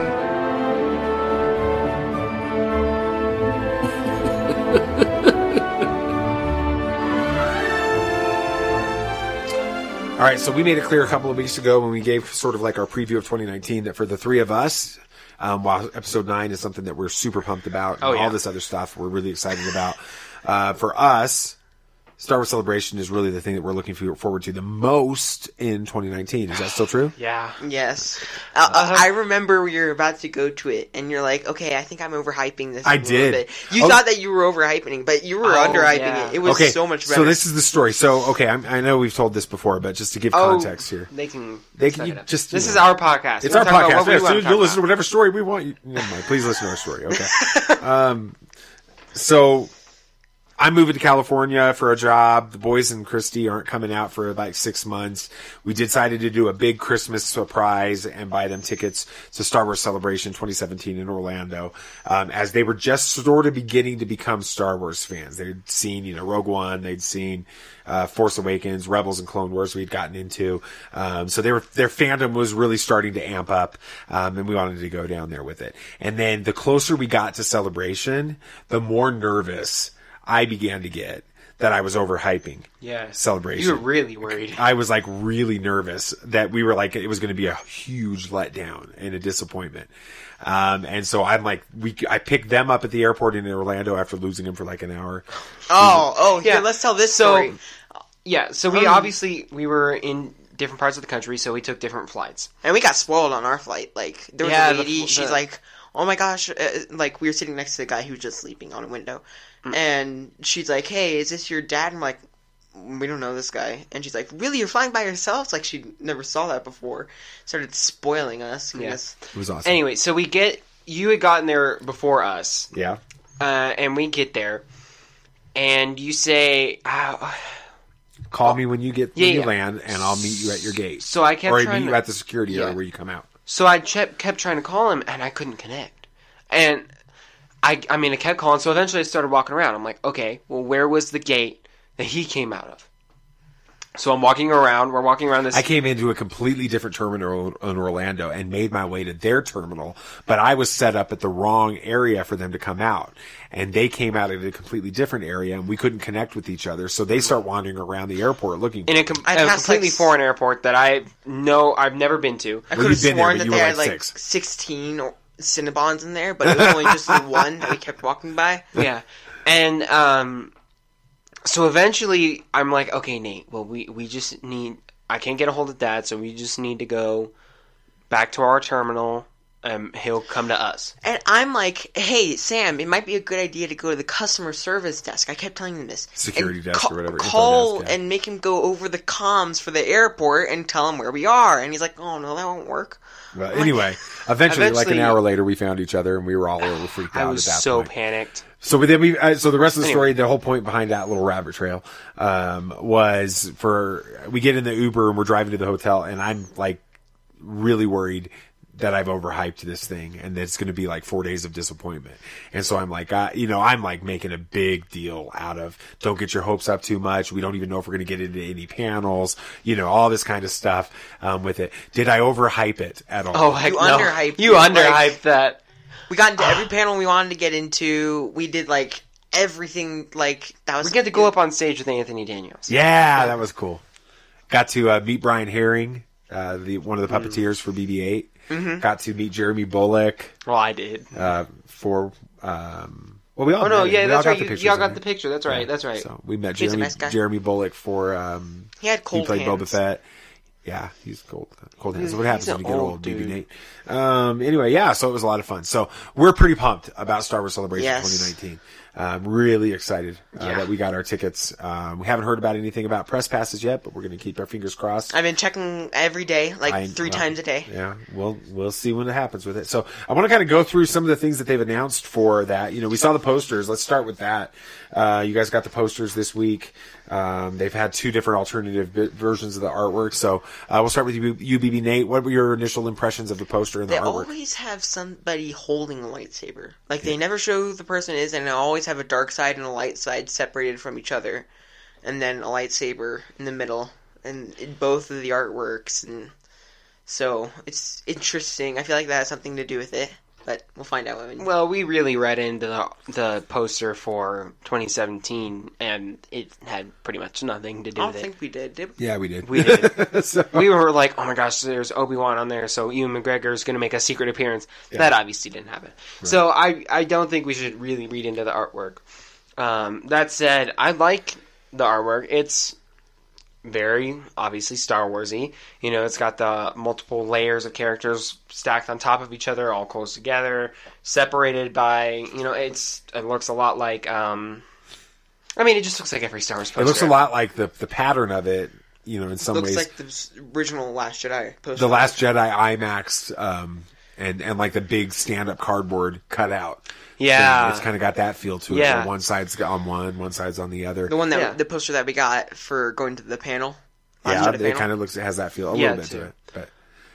A: All right, so we made it clear a couple of weeks ago when we gave sort of like our preview of 2019 that for the three of us, um, while episode nine is something that we're super pumped about, and
I: Oh, yeah.
A: all this other stuff we're really excited about, uh, for us, Star Wars Celebration is really the thing that we're looking for- forward to the most in 2019. Is that still true?
I: Yeah.
B: Yes. Uh,
I: Uh-huh.
B: uh, I remember we were about to go to it, and you're like, "Okay, I think I'm overhyping this."
A: I
B: a little
A: did.
B: Bit. You
A: Oh.
B: thought that you were overhyping, but you were
I: Oh,
B: underhyping
I: yeah.
B: it. It was so much better.
A: So this is the story. So okay, I'm, I know we've told this before, but just to give
I: Oh,
A: context here,
I: They can.
A: they
I: set
A: can
I: it
A: you
I: up.
A: just.
I: This
A: you
I: is
A: know.
I: our podcast.
A: It's
I: We're
A: our
I: talking about
A: podcast.
I: what we
A: Yes,
I: wanna
A: you
I: talk
A: you listen to
I: about.
A: whatever story we want. You, never mind. Please listen to our story. Okay. um, so I'm moving to California for a job. The boys and Christy aren't coming out for like six months. We decided to do a big Christmas surprise and buy them tickets to Star Wars Celebration 2017 in Orlando, um, as they were just sort of beginning to become Star Wars fans. They'd seen, you know, Rogue One, they'd seen uh, Force Awakens, Rebels, and Clone Wars. We'd gotten into, um, so they were their fandom was really starting to amp up, um, and we wanted to go down there with it. And then the closer we got to Celebration, the more nervous. I began to get that I was overhyping
I: Yeah.
A: celebration.
I: You were really worried.
A: I was like really nervous that we were like it was going to be a huge letdown and a disappointment. Um, and so I'm like, we I picked them up at the airport in Orlando after losing them for like an hour.
B: oh, oh, yeah. let's tell this
I: so,
B: story.
I: Yeah, so we
B: Um,
I: obviously we were in different parts of the country, so we took different flights.
B: And we got spoiled on our flight. Like there was
I: Yeah,
B: a
I: the
B: lady.
I: fl-
B: she's
I: the-
B: like, "Oh my gosh!" Uh, like we were sitting next to the guy who was just sleeping on a window,
I: Mm.
B: and she's like, "Hey, is this your dad?" I'm like, "We don't know this guy." And she's like, "Really? You're flying by yourself?" It's like she never saw that before. Started spoiling us.
I: Yeah.
B: Yes.
A: It was awesome.
I: Anyway, so we get you had gotten there before us,
A: yeah.
I: uh, and we get there, and you say, "Ah,
A: Call me when you get
I: Yeah,
A: when you
I: yeah.
A: land, and I'll meet you at your gate.
I: So I kept
A: or
I: trying
A: meet you
I: to-
A: at the security
I: Yeah.
A: area where you come out.
I: So I kept kept trying to call him, and I couldn't connect. And I, I mean, I kept calling. So eventually, I started walking around. I'm like, okay, well, where was the gate that he came out of? So I'm walking around. We're walking around this.
A: I came into a completely different terminal in Orlando and made my way to their terminal, but I was set up at the wrong area for them to come out. And they came out at a completely different area and we couldn't connect with each other. So they start wandering around the airport looking
I: in a, com-
B: I
I: a
B: passed,
I: completely
B: like, s-
I: foreign airport that I know I've never been to.
B: I could have sworn that they had like sixteen or Cinnabons in there, but it was only just the one that we kept walking by.
I: yeah. And um, so eventually I'm like, okay, Nate. Well, we we just need. I can't get a hold of Dad, so we just need to go back to our terminal. Um, he'll come to us.
B: And I'm like, hey, Sam, it might be a good idea to go to the customer service desk. I kept telling him this.
A: security
B: And
A: desk
B: ca-
A: or whatever. info
B: Call
A: desk, yeah.
B: and make him go over the comms for the airport and tell him where we are. And he's like, oh, no, that won't work.
A: Well, anyway, eventually, like an
I: Eventually-
A: hour later, we found each other and we were all a little freaked
I: I
A: out
I: was
A: at that
I: so
A: point.
I: panicked.
A: So but then we, uh, so the rest of the
I: Anyway.
A: story, the whole point behind that little rabbit trail, um, was for, we get in the Uber and we're driving to the hotel and I'm like really worried that I've overhyped this thing and that it's going to be like four days of disappointment. And so I'm like, I, you know, I'm like making a big deal out of don't get your hopes up too much. We don't even know if we're going to get into any panels, you know, all this kind of stuff, um, with it. Did I overhype it at all?
I: Oh, heck
B: You
I: no.
B: underhyped
I: You
B: it, like-
I: underhyped that.
B: We got into every panel we wanted to get into. We did, like, everything, like, that was.
I: We get to go up on stage with Anthony Daniels.
A: Yeah, that was cool. Got to uh, meet Brian Herring. uh, the one of
I: Mm-hmm.
A: the puppeteers for BB-8.
B: Mhm.
A: Got to meet Jeremy Bullock
I: Well, I did.
A: uh, for. Um, well, we all
I: oh no,
A: met him.
I: yeah,
A: We
I: that's
A: all
I: right.
A: got the
I: you,
A: pictures
I: y'all
A: of
I: got
A: him.
I: the picture. That's right. That's right.
A: So we met
I: He's a
A: Jeremy,
I: nice guy.
A: Jeremy Bullock for. Um,
I: He had cold
A: He played
I: hands.
A: Boba Fett. Yeah, he's cold. Cold hands.
I: He's-
A: what happens
I: he's
A: when you
I: an
A: get
I: old
A: old, BB
I: dude.
A: Nate? Um, anyway, yeah. So it was a lot of fun. So we're pretty pumped about Star Wars Celebration
I: Yes.
A: 2019. Um, really excited uh,
I: Yeah.
A: that we got our tickets. Um, we haven't heard about anything about press passes yet, but we're going to keep our fingers crossed.
B: I've been checking every day, like
A: I-
B: three
A: well,
B: times a day.
A: Yeah, we'll we'll see when it happens with it. So I want to kind of go through some of the things that they've announced for that. You know, we saw the posters. Let's start with that. Uh, you guys got the posters this week. Um, they've had two different alternative bi- versions of the artwork. So uh, we'll start with you, UBB Nate. What were your initial impressions of the poster and the
B: They
A: artwork?
B: always have somebody holding a lightsaber. Like they never show who the person is, and they always have a dark side and a light side separated from each other, and then a lightsaber in the middle, and in both of the artworks. And so it's interesting. I feel like that has something to do with it, but we'll find out. When
I: Well, we really read into the, the poster for 2017, and it had pretty much nothing to do
B: I don't
I: with it.
B: think we did. Did we?
A: Yeah, we did.
I: We did. We were like, oh my gosh, there's Obi Wan on there, so Ewan McGregor is going to make a secret appearance.
B: Yeah.
I: That obviously didn't happen. So I, I don't think we should really read into the artwork. Um, that said, I like the artwork. It's very obviously Star Warsy. You know, it's got the multiple layers of characters stacked on top of each other, all close together, separated by you know, it's it looks a lot like. Um, I mean, it just looks like every Star Wars poster.
A: it looks a lot like the the pattern of it. You know, in some
B: Looks
A: ways,
B: like the s- original Last Jedi poster.
A: the Last Jedi IMAX, um, and and like the big stand up cardboard cutout.
B: Yeah.
A: thing. it's kind of got that feel to it.
B: Yeah.
A: where one side's on one, one side's on the other.
B: the one that the poster that we got for going to the panel. Last
A: yeah,
B: Jedi
A: it
B: panel.
A: kind of looks it has that feel a
B: Yeah,
A: little bit
B: too.
A: to it, but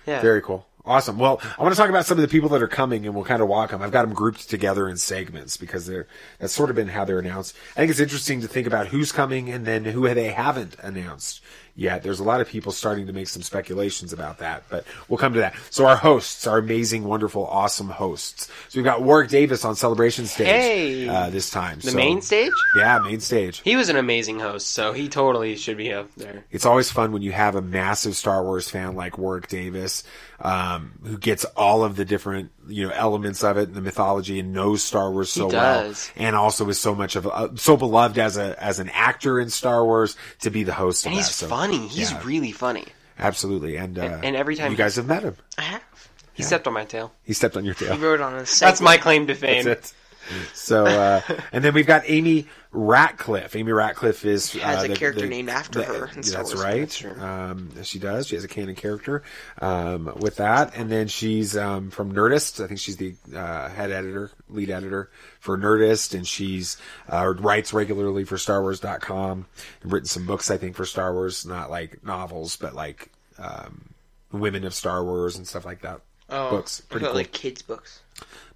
B: Yeah.
A: very cool. Awesome. Well, I want to talk about some of the people that are coming, and we'll kind of walk them. I've got them grouped together in segments because they're that's sort of been how they're announced. I think it's interesting to think about who's coming and then who they haven't announced yet. There's a lot of people starting to make some speculations about that, but we'll come to that. So our hosts, our amazing, wonderful, awesome hosts. So we've got Warwick Davis on Celebration Stage
I: Hey!
A: uh, this time.
I: The
A: So-
I: main stage?
A: yeah, main stage.
I: He was an amazing host, so he totally should be up there.
A: It's always fun when you have a massive Star Wars fan like Warwick Davis, um, who gets all of the different you know elements of it, and the mythology, and knows Star Wars so well,
I: does.
A: and also is so much of uh, so beloved as a as an actor in Star Wars to be the host.
I: And
A: of
I: he's
A: that. So,
I: funny. He's
A: yeah,
I: really funny.
A: absolutely, and, uh,
I: And- and every time-
A: you guys have met him,
I: He stepped on my tail.
A: he stepped on your tail.
I: He wrote on his. That's my claim to fame.
A: That's it. So, uh, and then we've got Amy Ratcliffe. Amy Ratcliffe is
B: has
A: uh,
B: a character named after her in Star
A: that's
B: Wars.
A: right. Um, she does. She has a canon character um, with that, and then she's um, from Nerdist. I think she's the uh, head editor, lead editor for Nerdist, and she's uh, writes regularly for StarWars.com. And written some books, I think, for Star Wars, not like novels, but like um, women of Star Wars and stuff like that.
B: oh,
A: books,
B: I
A: pretty
B: thought,
A: cool.
B: like kids' books.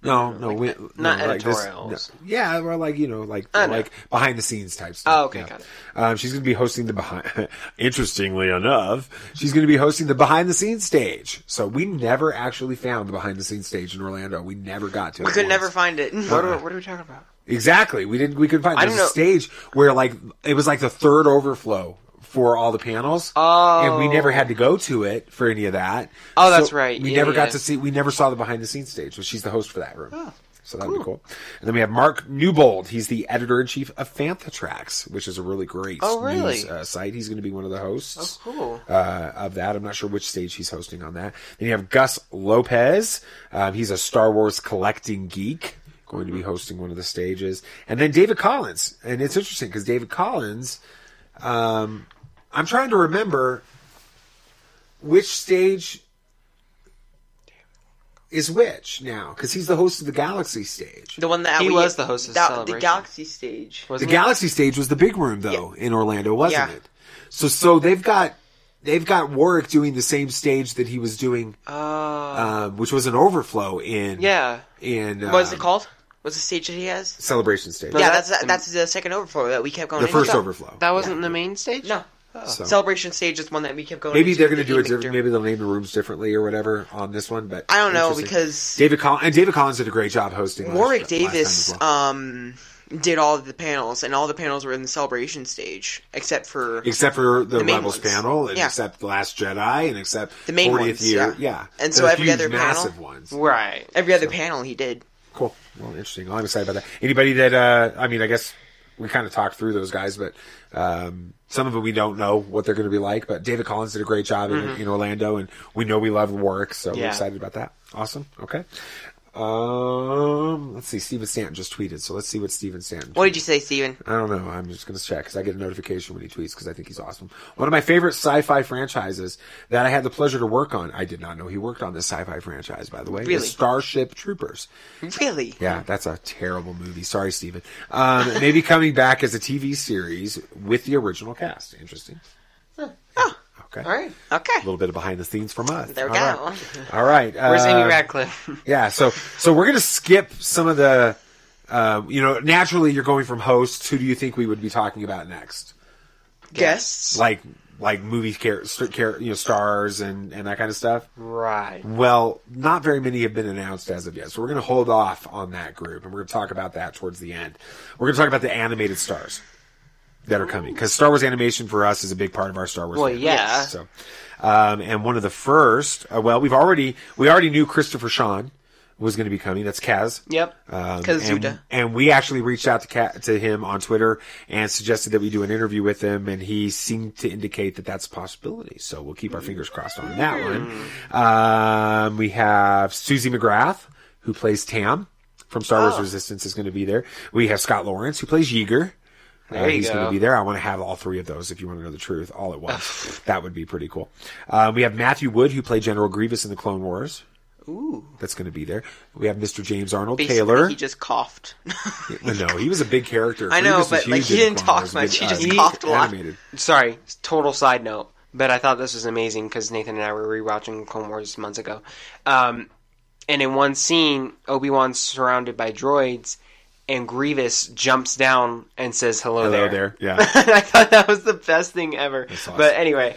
A: No, no, we,
B: not
A: no, like this-
B: editorials.
A: no. yeah, or like you know, like
B: I know.
A: like behind the scenes type stuff.
I: Oh, okay,
A: yeah.
I: got it.
A: Um, she's going to be hosting the behind. interestingly enough, she's going to be hosting the behind the scenes stage. So we never actually found the behind the scenes stage in Orlando. We never got to.
B: We
A: it
B: could
A: once.
B: never find it.
A: What are-
B: what are we talking about?
A: Exactly. We didn't. We couldn't find.
B: I
A: There's
B: don't
A: a
B: know.
A: stage where like it was like the third overflow for all the panels. Oh. And we never had to go to it for any of that.
I: Oh, that's right.
A: We
I: Yeah,
A: never
I: yeah. Oh,
A: got to see. We never saw the behind the scenes stage. But she's the host for that room. So that would be cool. And then we have Mark Newbold. He's the editor in chief of Fanthatrax, which is a really great
I: Oh, really? Oh,
A: news uh, site. He's going to be one of the hosts
I: Cool.
A: uh, of that. I'm not sure which stage he's hosting on that. Then you have Gus Lopez. Um, he's a Star Wars collecting geek, going
I: Mm-hmm.
A: to be hosting one of the stages. And then David Collins. And it's interesting because David Collins, um, I'm trying to remember which stage is which now because he's the host of the Galaxy stage.
B: The one that
I: He
B: we,
I: was the host of
B: that-
I: Celebration.
B: The Galaxy stage.
A: the Galaxy stage was the big room though in Orlando, wasn't
B: Yeah.
A: it? So so they've got they've got Warwick doing the same stage that he was doing, um, which was an overflow in
B: Oh. Yeah.
A: in
B: What is
A: um,
B: it called? What's the stage that he has?
A: celebration stage.
B: yeah, that's that's, the second overflow that we kept going.
A: The
B: into.
A: first overflow.
I: That wasn't the main stage?
B: No.
I: Oh.
A: So-
B: Celebration stage is one that we kept going.
A: Maybe
B: into
A: they're going to
B: with
A: do it.
B: Ian
A: Different, maybe they'll name the rooms differently or whatever on this one. But
B: I don't know,
A: interesting.
B: because-
A: David Collins and David Collins did a great job hosting. last-
B: Warwick
A: last time as
B: Davis
A: well.
B: um, did all of the panels, and all the panels were in the celebration stage, except for
A: except for the,
B: The main
A: Rebels
B: ones.
A: panel, and
B: Yeah.
A: except the Last Jedi, and except
B: the main
A: 40th
B: ones,
A: year.
B: yeah.
A: Yeah, They're
B: And so every
A: huge,
B: other
A: massive
B: panel,
A: ones.
B: right? Every other panel he did.
A: Cool. Well, interesting. Well, I'm excited about that. Anybody that uh, I mean, I guess we kind of talked through those guys, but um, some of them we don't know what they're going to be like. But David Collins did a great job
P: Mhm.
B: Mm-hmm.
A: in, in Orlando, and we know we love work, so we're
P: Yeah.
A: excited about that. Awesome. Okay. Um, let's see. Steven Stanton just tweeted, so let's see what Steven Stanton.
B: What did you say, Steven?
A: I don't know. I'm just going to check because I get a notification when he tweets because I think he's awesome. One of my favorite sci-fi franchises that I had the pleasure to work on. I did not know he worked on this sci-fi franchise, by the way. is
B: Really?
A: Starship Troopers.
B: Really?
A: Yeah, that's a terrible movie. Sorry, Steven. Um, maybe coming back as a TV series with the original cast. Interesting. Okay. All
B: Oh, right. Okay. A
A: little bit of behind the scenes from us.
I: There we
A: All
I: go.
A: right. All right.
I: Where's Amy
A: uh,
I: Radcliffe?
A: yeah. So so we're gonna skip some of the. Um, you know, naturally, you're going from hosts. Who do you think we would be talking about next?
B: Guests.
A: Like like movie char- st- char- you know stars and and that kind of stuff.
I: Right.
A: Uh, Well, not very many have been announced as of yet, so we're going to hold off on that group, and we're going to talk about that towards the end. We're going to talk about the animated stars that are coming because Star Wars animation for us is a big part of our Star Wars.
I: Well,
A: fandom.
I: yeah.
A: So, um, and one of the first, uh, well, we've already we already knew Christopher Sean was going to be coming. That's Kaz.
I: Yep.
A: Um,
I: Kazuda.
A: and, and we actually reached out to Kat, to him on Twitter and suggested that we do an interview with him, and he seemed to indicate that that's a possibility. So we'll keep our fingers crossed on
I: Hmm.
A: that one. Um, we have Susie McGrath, who plays Tam from Star
I: Oh.
A: Wars Resistance, is going to be there. We have Scott Lawrence, who plays Yeager. Uh,
I: There you
A: he's going
I: go.
A: to be there. I want to have all three of those if you want to know the truth all at once. that would be pretty cool. Um, we have Matthew Wood, who played General Grievous in the Clone Wars.
B: Ooh.
A: That's going to be there. We have Mr. James Arnold
B: Basically,
A: Taylor.
B: He just coughed.
A: No, he was a big character.
B: I know,
A: Grievous was
B: but, like,
A: huge
B: he
A: in the
B: didn't
A: Clone
B: talk
A: Wars,
B: much.
A: but,
B: He just
A: uh,
B: coughed a lot.
A: animated.
I: Sorry, total side note, but I thought this was amazing because Nathan and I were rewatching Clone Wars months ago. Um, and in one scene, Obi Wan's surrounded by droids, and Grievous jumps down and says, Hello,
A: Hello Oh, there.
I: there.
A: Yeah,
I: I thought that was the best thing ever.
A: awesome.
I: But anyway,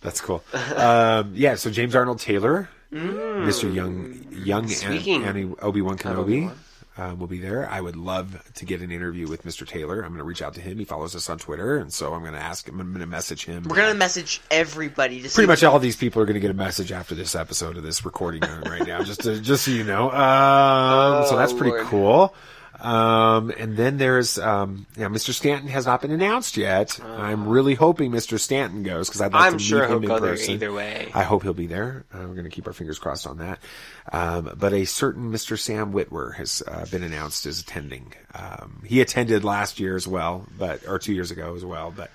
A: that's cool. Um, yeah, so James Arnold Taylor,
I: Mm.
A: Mr. Young, Young,
I: Speaking
A: and Obi Wan Kenobi. Um, will be there. I would love to get an interview with Mr. Taylor. I'm going to reach out to him. He follows us on Twitter, and so I'm going to ask him. I'm going to message him.
B: We're gonna message everybody to see
A: Pretty much all these people are going to get a message after this episode of this recording going right now, just to, just so you know. Um, so that's pretty
P: Lord.
A: cool. Um, and then there's um, yeah, Mr. Stanton has not been announced yet. I'm really hoping Mr. Stanton goes because I'd like
I: I'm
A: to meet
I: sure he'll
A: him in
I: go there
A: person.
I: either way.
A: I hope he'll be there. Uh, we're going to keep our fingers crossed on that. Um, but a certain Mr. Sam Whitwer has uh, been announced as attending. Um, he attended last year as well, but or two years ago as well. But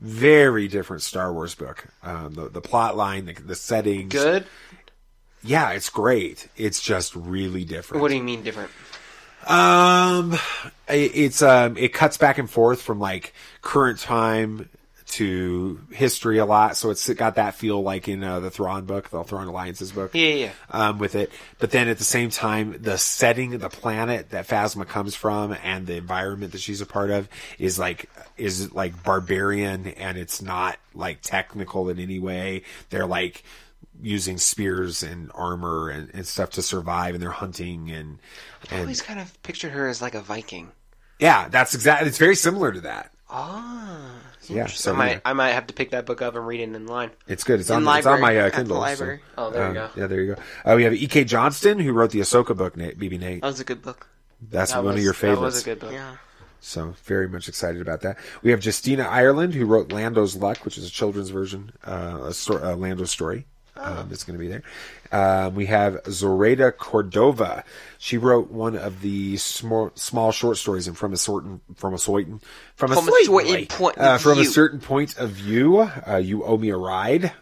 A: very different Star Wars book. Um, the the plot line, the, the settings,
I: Good?
A: Yeah, it's great. It's just really different.
I: What do you mean different?
A: Um, i- it's um, it cuts back and forth from like current time to history a lot, so it's got that feel like in uh, the Thrawn book, the Thrawn Alliances book
I: Yeah, yeah.
A: um, with it. But then at the same time, the setting, the planet that Phasma comes from, and the environment that she's a part of is like is like barbarian, and it's not like technical in any way. They're like using spears and armor and, and stuff to survive, and they're hunting and
I: I
A: and
I: always kind of pictured her as like a Viking.
A: yeah, that's exactly. It's very similar to that.
I: Ah.
A: Yeah,
I: So
A: so
I: I might, I might have to pick that book up and read it in line.
A: It's good. It's
I: In
A: on, it's on my
I: library,
A: uh,
I: at the
A: Kindle. so,
I: library. Oh, there you
A: uh,
I: go.
A: Yeah, there you go. Uh, we have E.K. Johnston, who wrote the Ahsoka book, Nate, BB Nate.
I: That was a good book.
A: That's
I: Oh, That
A: one
I: was-
A: of your favorites.
I: That was a good book. Yeah.
A: So very much excited about that. We have Justina Ireland, who wrote Lando's Luck, which is a children's version, uh, a, sto- a Lando story.
B: Oh.
A: Um, that's going to be there. Um, we have Zoraida Cordova. She wrote one of the small, small short stories in From a Certain From a Certain From a
B: From a
A: Certain
B: Certain
A: Way.
B: Point of
A: uh, From a
B: View.
A: certain point of view. Uh, you owe me a ride.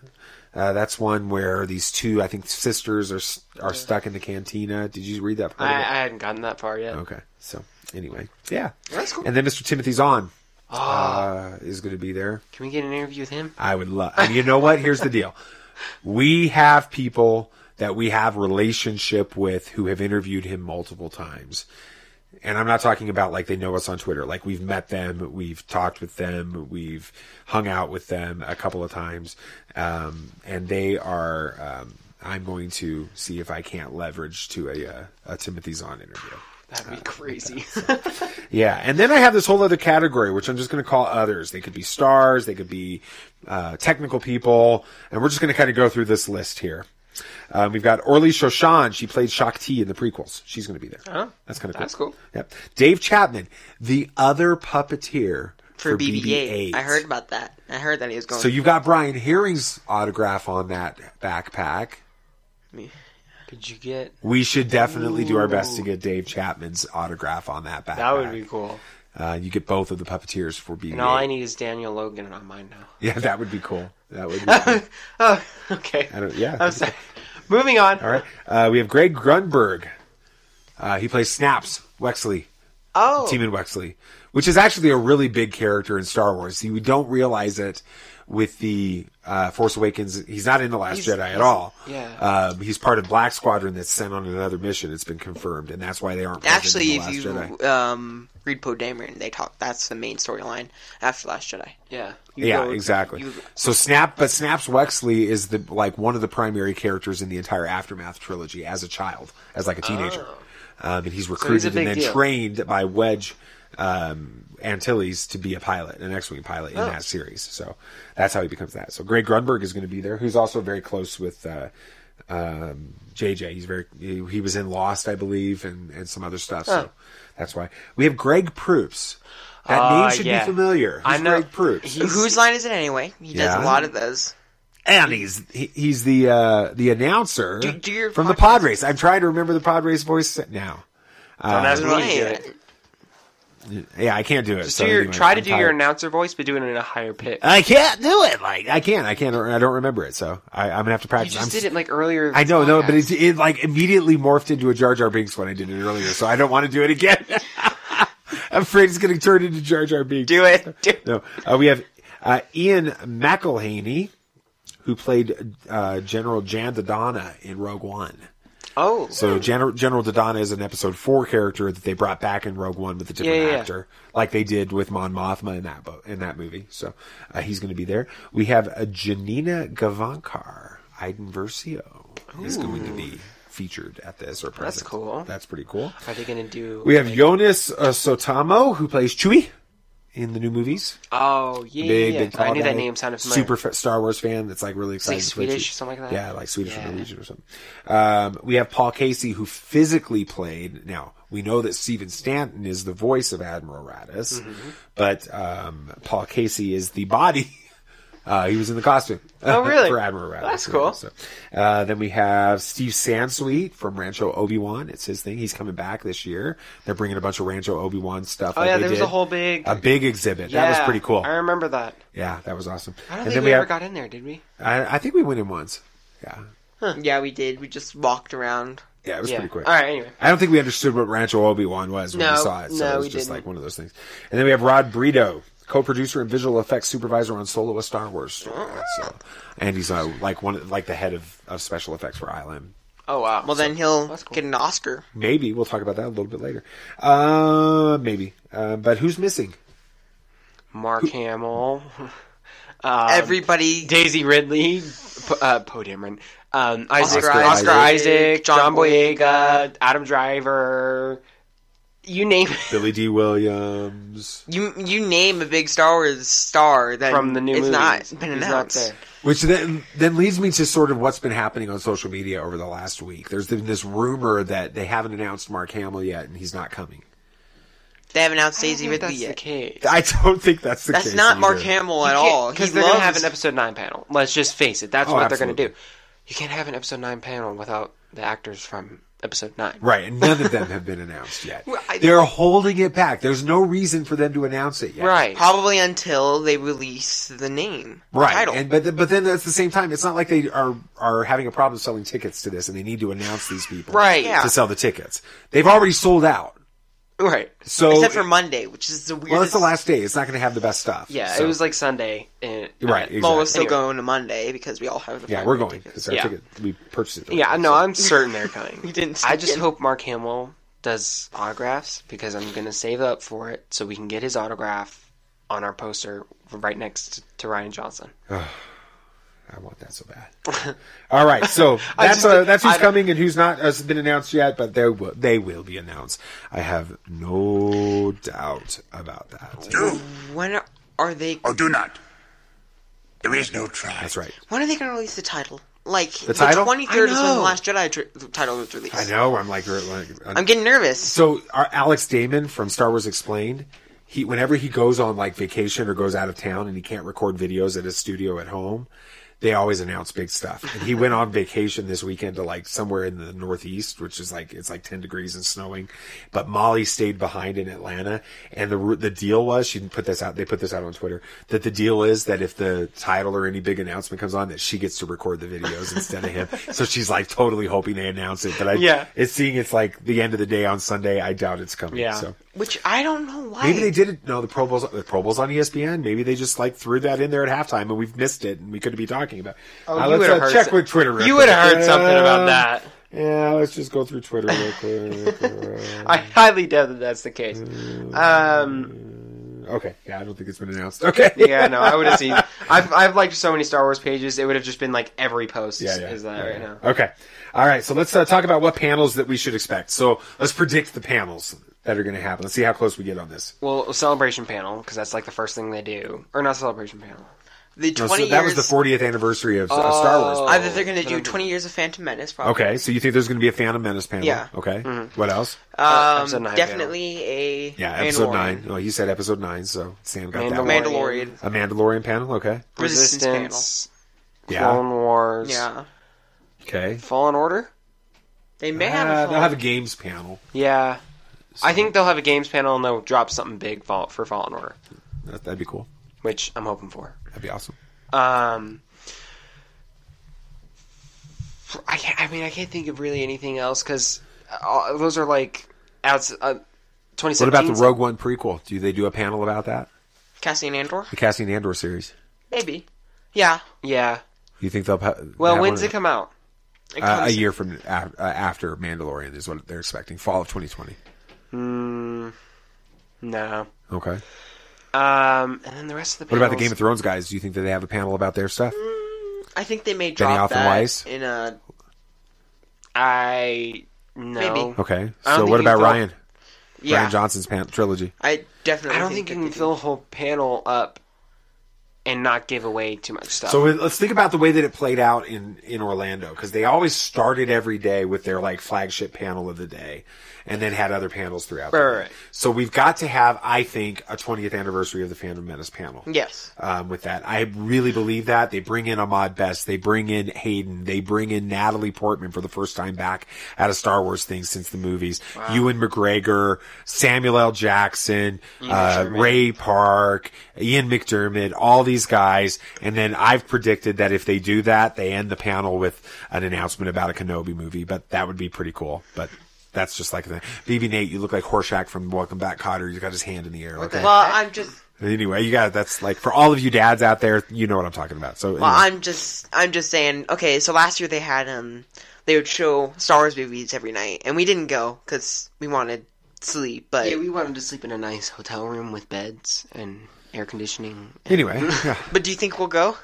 A: Uh, that's one where these two, I think, sisters are s- are stuck in the cantina. Did you read that?
I: I,
A: Part of it?
I: I hadn't gotten that far yet.
A: Okay. So anyway, yeah,
I: That's cool.
A: And then Mr. Timothy's on
I: Ah.
A: uh, is going to be there.
I: Can we get an interview with him?
A: I would love. And you know what? Here's the deal: we have people that we have relationship with who have interviewed him multiple times. And I'm not talking about like they know us on Twitter. Like we've met them, we've talked with them, we've hung out with them a couple of times, um, and they are. Um, I'm going to see if I can't leverage to a, uh, a Timothy's on interview.
I: That'd be crazy.
A: Yeah, and then I have this whole other category, which I'm just going to call others. They could be stars, they could be uh, technical people, and we're just going to kind of go through this list here. Um, we've got Orly Shoshan. She played Shakti in the prequels. She's going to be there.
I: Oh,
A: that's kind of cool.
I: that's cool.
A: Yep. Dave Chapman, the other puppeteer
B: for, BB-8. I heard about that. I heard that he was going.
A: So you've got Brian Herring's autograph on that backpack.
I: Could you get?
A: We should definitely do our best to get Dave Chapman's autograph on that backpack.
I: That would be cool.
A: Uh, you get both of the puppeteers for BB-8.
I: And all I need is Daniel Logan on mine now.
A: Yeah, that would be cool. That would be cool.
I: Oh, okay.
A: I don't, yeah.
I: I'm sorry. Moving on.
A: All right. Uh, we have Greg Grunberg. Uh, he plays Snaps, Wexley.
I: Oh.
A: Team Wexley, which is actually a really big character in Star Wars. You don't realize it with the uh, Force Awakens. He's not in The Last
I: He's-
A: Jedi at
I: he's-
A: all.
I: yeah.
A: Um, he's part of Black Squadron that's sent on another mission. It's been confirmed, and that's why they aren't present
B: Actually,
A: in The
B: if
A: Last Jedi.
B: you um, read Poe Dameron, they talk. That's the main storyline after Last Jedi.
I: Yeah.
A: yeah, exactly. so Snap, but Snaps Wexley is the like one of the primary characters in the entire Aftermath trilogy as a child, as like a teenager, um, and he's
P: he's a
A: recruited
P: big
A: and then
P: deal.
A: trained by Wedge um, Antilles to be a pilot, an X-wing pilot in
P: Oh.
A: that series. So that's how he becomes that. So Greg Grunberg is going to be there, who's also very close with. Uh, um, JJ, he's very he, he was in Lost, I believe, and and some other stuff.
I: Huh.
A: So that's why we have Greg Proops. That name
I: Uh,
A: should
I: yeah.
A: be familiar.
I: I
A: Who's
I: know-
A: Greg Proops.
B: Whose line is it anyway? He does
A: Yeah.
B: a lot of those.
A: And he's he- he's the uh, the announcer
B: do your
A: from the pod race. I'm trying to remember the pod race voice now.
I: Don't ask
A: Uh,
I: me to do it.
A: yeah, I can't do it.
I: Just
A: so
I: do your,
A: anyway,
I: try to
A: I'm
I: do your
A: tired.
I: announcer voice, but do it in a higher pitch.
A: I can't do it. Like I can't. I can't. I don't remember it. So I, I'm gonna have to
I: You
A: practice.
I: just
A: I'm,
I: did it like earlier.
A: I know, no, but it, it like immediately morphed into a Jar Jar Binks when I did it earlier. So I don't want to do it again. I'm afraid it's gonna turn into Jar Jar Binks. Do
B: it.
A: No, uh, we have Uh, Ian McElhaney, who played uh, General Jan Dodonna in Rogue One.
I: Oh.
A: So General General Dodonna is an episode four character that they brought back in Rogue One with a different
I: Yeah, yeah, yeah.
A: actor, like they did with Mon Mothma in that bo- in that movie. So uh, he's going to be there. We have uh, Janina Gavankar, Iden Versio is going to be featured at this or present.
I: cool.
A: That's pretty cool.
I: Are they going to do?
A: We have Jonas uh, Sotamo who plays Chewie in the new movies.
I: Oh yeah, yeah, yeah. I knew
A: Holiday,
I: that name sounded familiar.
A: super fa- Star Wars fan that's like really
I: like
A: excited. to play
I: Swedish
A: Chewie.
I: or something like that.
A: Yeah, like Swedish
I: Yeah.
A: or Norwegian or something. Um, we have Paul Casey who physically played. Now we know that Stephen Stanton is the voice of Admiral Raddus,
I: Mhm.
A: but um, Paul Casey is the body. Uh, he was in the costume.
I: Oh, really?
A: for Admiral Raddus.
I: That's
A: Yeah,
I: cool.
A: so. Uh, then we have Steve Sansweet from Rancho Obi Wan. It's his thing. He's coming back this year. They're bringing a bunch of Rancho Obi Wan stuff.
I: Oh
A: like
I: yeah,
A: they
I: there was a
A: did.
I: whole big.
A: a big exhibit. that was
I: Yeah,
A: pretty cool.
I: I remember that.
A: Yeah, that was awesome.
I: I don't
A: and
I: think
A: then
I: we, ever
A: have,
I: got in there, did we?
A: I, I think we went in once. Yeah.
B: Yeah, we did. We just walked around.
A: Yeah, it was pretty quick.
B: All right, anyway.
A: I don't think we understood what Rancho Obi Wan was when
B: No,
A: we saw it. So
B: no,
A: it was
B: we
A: just
B: didn't.
A: like one of those things. And then we have Rod Brito, co-producer and visual effects supervisor on Solo: A Star Wars Story. So, and he's uh, like one, of- like the head of, of special effects for ILM.
B: Oh wow. Well, then he'll get an Oscar.
A: Maybe we'll talk about that a little bit later. Uh, maybe. Uh, but who's missing?
I: Mark Hamill. Um,
B: Everybody.
I: Daisy Ridley. P- uh, Poe Dameron. Um, Isaac,
B: Oscar
I: Oscar,
B: Isaac,
I: Isaac,
B: John
I: John, Boyega, Adam Driver. You name it.
A: Billy D. Williams.
B: You you name a big Star Wars star that
I: From the new
B: it's not
I: movies.
B: been
I: He's not
B: announced.
I: there.
A: Which then then leads me to sort of what's been happening on social media over the last week. There's been this rumor that they haven't announced Mark Hamill yet, and he's not coming.
B: They haven't announced Daisy Ridley
I: that's
B: yet.
I: the case.
A: I don't think that's the
B: That's
A: case.
B: not Mark
A: either.
B: Hamill at all.
I: Because
B: He
I: they're going to have
B: loves-
I: an episode 9 panel. Let's just face it. That's
A: Oh,
I: what they're going
A: absolutely.
I: to do. You can't have an episode 9 panel without the actors from episode 9.
A: Right, and none of them have been announced yet. They're holding it back. There's no reason for them to announce it yet.
B: Right. Probably until they release the name. the
A: Right,
B: Title.
A: and but th- but then at the same time, it's not like they are are having a problem selling tickets to this, and they need to announce these people
B: Right. Yeah.
A: to sell the tickets. They've already sold out.
I: Right.
A: So
B: Except for Monday, which is the weirdest.
A: well, it's the last day. It's not going to have the best stuff.
I: Yeah,
A: So-
I: it was like Sunday. And, uh,
A: Right,
B: Well, we're still
A: exactly.
B: going to Monday because we all have the
A: yeah,
B: Friday
A: we're going.
B: tickets.
A: It's our
I: Yeah.
A: ticket. We purchased it.
I: Yeah, no, I'm certain they're coming.
B: We didn't
I: I
B: sneak
I: just
B: in.
I: hope Mark Hamill does autographs because I'm gonna save up for it so we can get his autograph on our poster right next to Ryan Johnson.
A: I want that so bad. All right, so
I: I
A: that's
I: just-
A: uh, that's who's
I: I-
A: coming and who's not has been announced yet, but they will they will be announced. I have no doubt about that.
B: When are they?
A: Oh, do not. There is no try. That's right.
B: When are they going to release the title? Like
A: The title?
B: twenty third is when
A: I
B: the
A: know.
B: Last Jedi tr- title was released.
A: I know. I'm like, uh, like
B: I'm getting nervous.
A: So, our Alex Damon from Star Wars Explained, he whenever he goes on like vacation or goes out of town and he can't record videos at his studio at home, they always announce big stuff. And he went on vacation this weekend to like somewhere in the Northeast, which is like it's like 10 degrees and snowing. But Molly stayed behind in Atlanta, and the ru- the deal was she didn't put this out. They put this out on Twitter that the deal is that if the title or any big announcement comes on, that she gets to record the videos instead of him. So she's like totally hoping they announce it. But I
I: Yeah.
A: it's seeing it's like the end of the day on Sunday. I doubt it's coming.
I: Yeah.
A: So
B: Which I don't know why.
A: maybe they did it. No, the Pro Bowl's the Pro Bowl's on E ESPN. Maybe they just like threw that in there at halftime, and we've missed it, and we couldn't be talking about. it.
I: Oh,
A: Now
I: you
A: let's
I: would've
A: uh,
I: heard
A: check
I: so-
A: with Twitter. real
I: you
A: quick.
I: would've heard something about that.
A: Yeah, let's just go through Twitter real quick.
I: I highly doubt that that's the case. Um,
A: okay, yeah, I don't think it's been announced. Okay,
I: yeah, no, I would have seen. I've I've liked so many Star Wars pages. It would have just been like every post
A: Yeah, yeah,
I: is that
A: yeah,
I: right
A: yeah.
I: now.
A: Okay, all right. So let's uh, talk about what panels that we should expect. So let's predict the panels that are going to happen. Let's see how close we get on this.
I: Well, celebration panel because that's like the first thing they do, or not celebration panel.
B: The
A: No, so that was the 40th anniversary of, of Star Wars.
B: I bet they're going to do
A: Oh.
B: twenty years of Phantom Menace. Probably.
A: Okay, so you think there's going to be a Phantom Menace panel?
B: Yeah.
A: Okay. What else?
B: Um,
A: Uh, Episode nine
B: definitely a
A: Yeah, episode
B: Mandalorian.
A: nine. Oh, you said episode nine, so Sam got that. one.
B: Mandalorian.
A: A Mandalorian panel. Okay.
B: Resistance
I: Resistance,
A: Yeah.
I: Clone Wars,
B: Yeah.
A: Okay.
I: Fallen Order.
B: They may
A: Uh,
B: have. A
A: they'll have a games panel.
I: Yeah. I think they'll have a games panel and they'll drop something big fall- for Fallen Order,
A: That, that'd be cool.
I: which I'm hoping for.
A: That'd be awesome.
I: Um, I can't, I mean, I can't think of really anything else because those are like outs. Uh,
A: What
I: 2017.
A: about the Rogue One prequel? Do they do a panel about that?
B: Cassian Andor?
A: The Cassian Andor series.
B: Maybe. Yeah. Yeah.
A: You think they'll? Pa-
B: Well,
A: have
B: when's
A: one
B: it come out? It
A: Uh, a
B: comes-
A: year from af- uh, after Mandalorian is what they're expecting. Fall of 2020.
I: Mm, no.
A: Okay.
I: Um, and then the rest of the.
A: What about the
I: panels-
A: Game of Thrones guys? Do you think that they have a panel about their stuff?
B: I think they may
A: Benioff
B: drop
A: and
B: that
A: Weiss?
B: in a.
I: I no.
B: Maybe.
A: Okay.
I: I don't
A: So
I: think
A: what
I: you
A: about
I: can-
A: Ryan?
I: Yeah.
A: Ryan Johnson's pan- trilogy.
B: I definitely.
I: I don't think, you can fill a whole panel up and not give away too much stuff.
A: So let's think about the way that it played out in in Orlando because they always started every day with their like flagship panel of the day, and then had other panels throughout. the
I: Right,
A: day.
I: right.
A: So we've got to have, I think, a 20th anniversary of the Phantom Menace panel.
B: Yes.
A: Um, with that, I really believe that they bring in Ahmad Best, they bring in Hayden, they bring in Natalie Portman for the first time back at a Star Wars thing since the movies.
P: Wow.
A: Ewan McGregor, Samuel L. Jackson,
P: Ian
A: uh,
P: McDermott.
A: Ray Park, Ian McDermott, all these guys. And then I've predicted that if they do that, they end the panel with an announcement about a Kenobi movie, but that would be pretty cool. But that's just like the BB Nate, you look like Horshack from Welcome Back Cotter. You got his hand in the air. okay.
B: Well, I'm
A: Hmm.
B: just.
A: Anyway, you got that's like for all of you dads out there, you know what I'm talking about. So,
B: Well,
A: anyway.
B: I'm just. I'm just saying. Okay, so last year they had um, they would show Star Wars movies every night, and we didn't go because we wanted sleep. But
I: yeah, we wanted to sleep in a nice hotel room with beds and air conditioning.
A: anyway, yeah,
B: But do you think we'll go?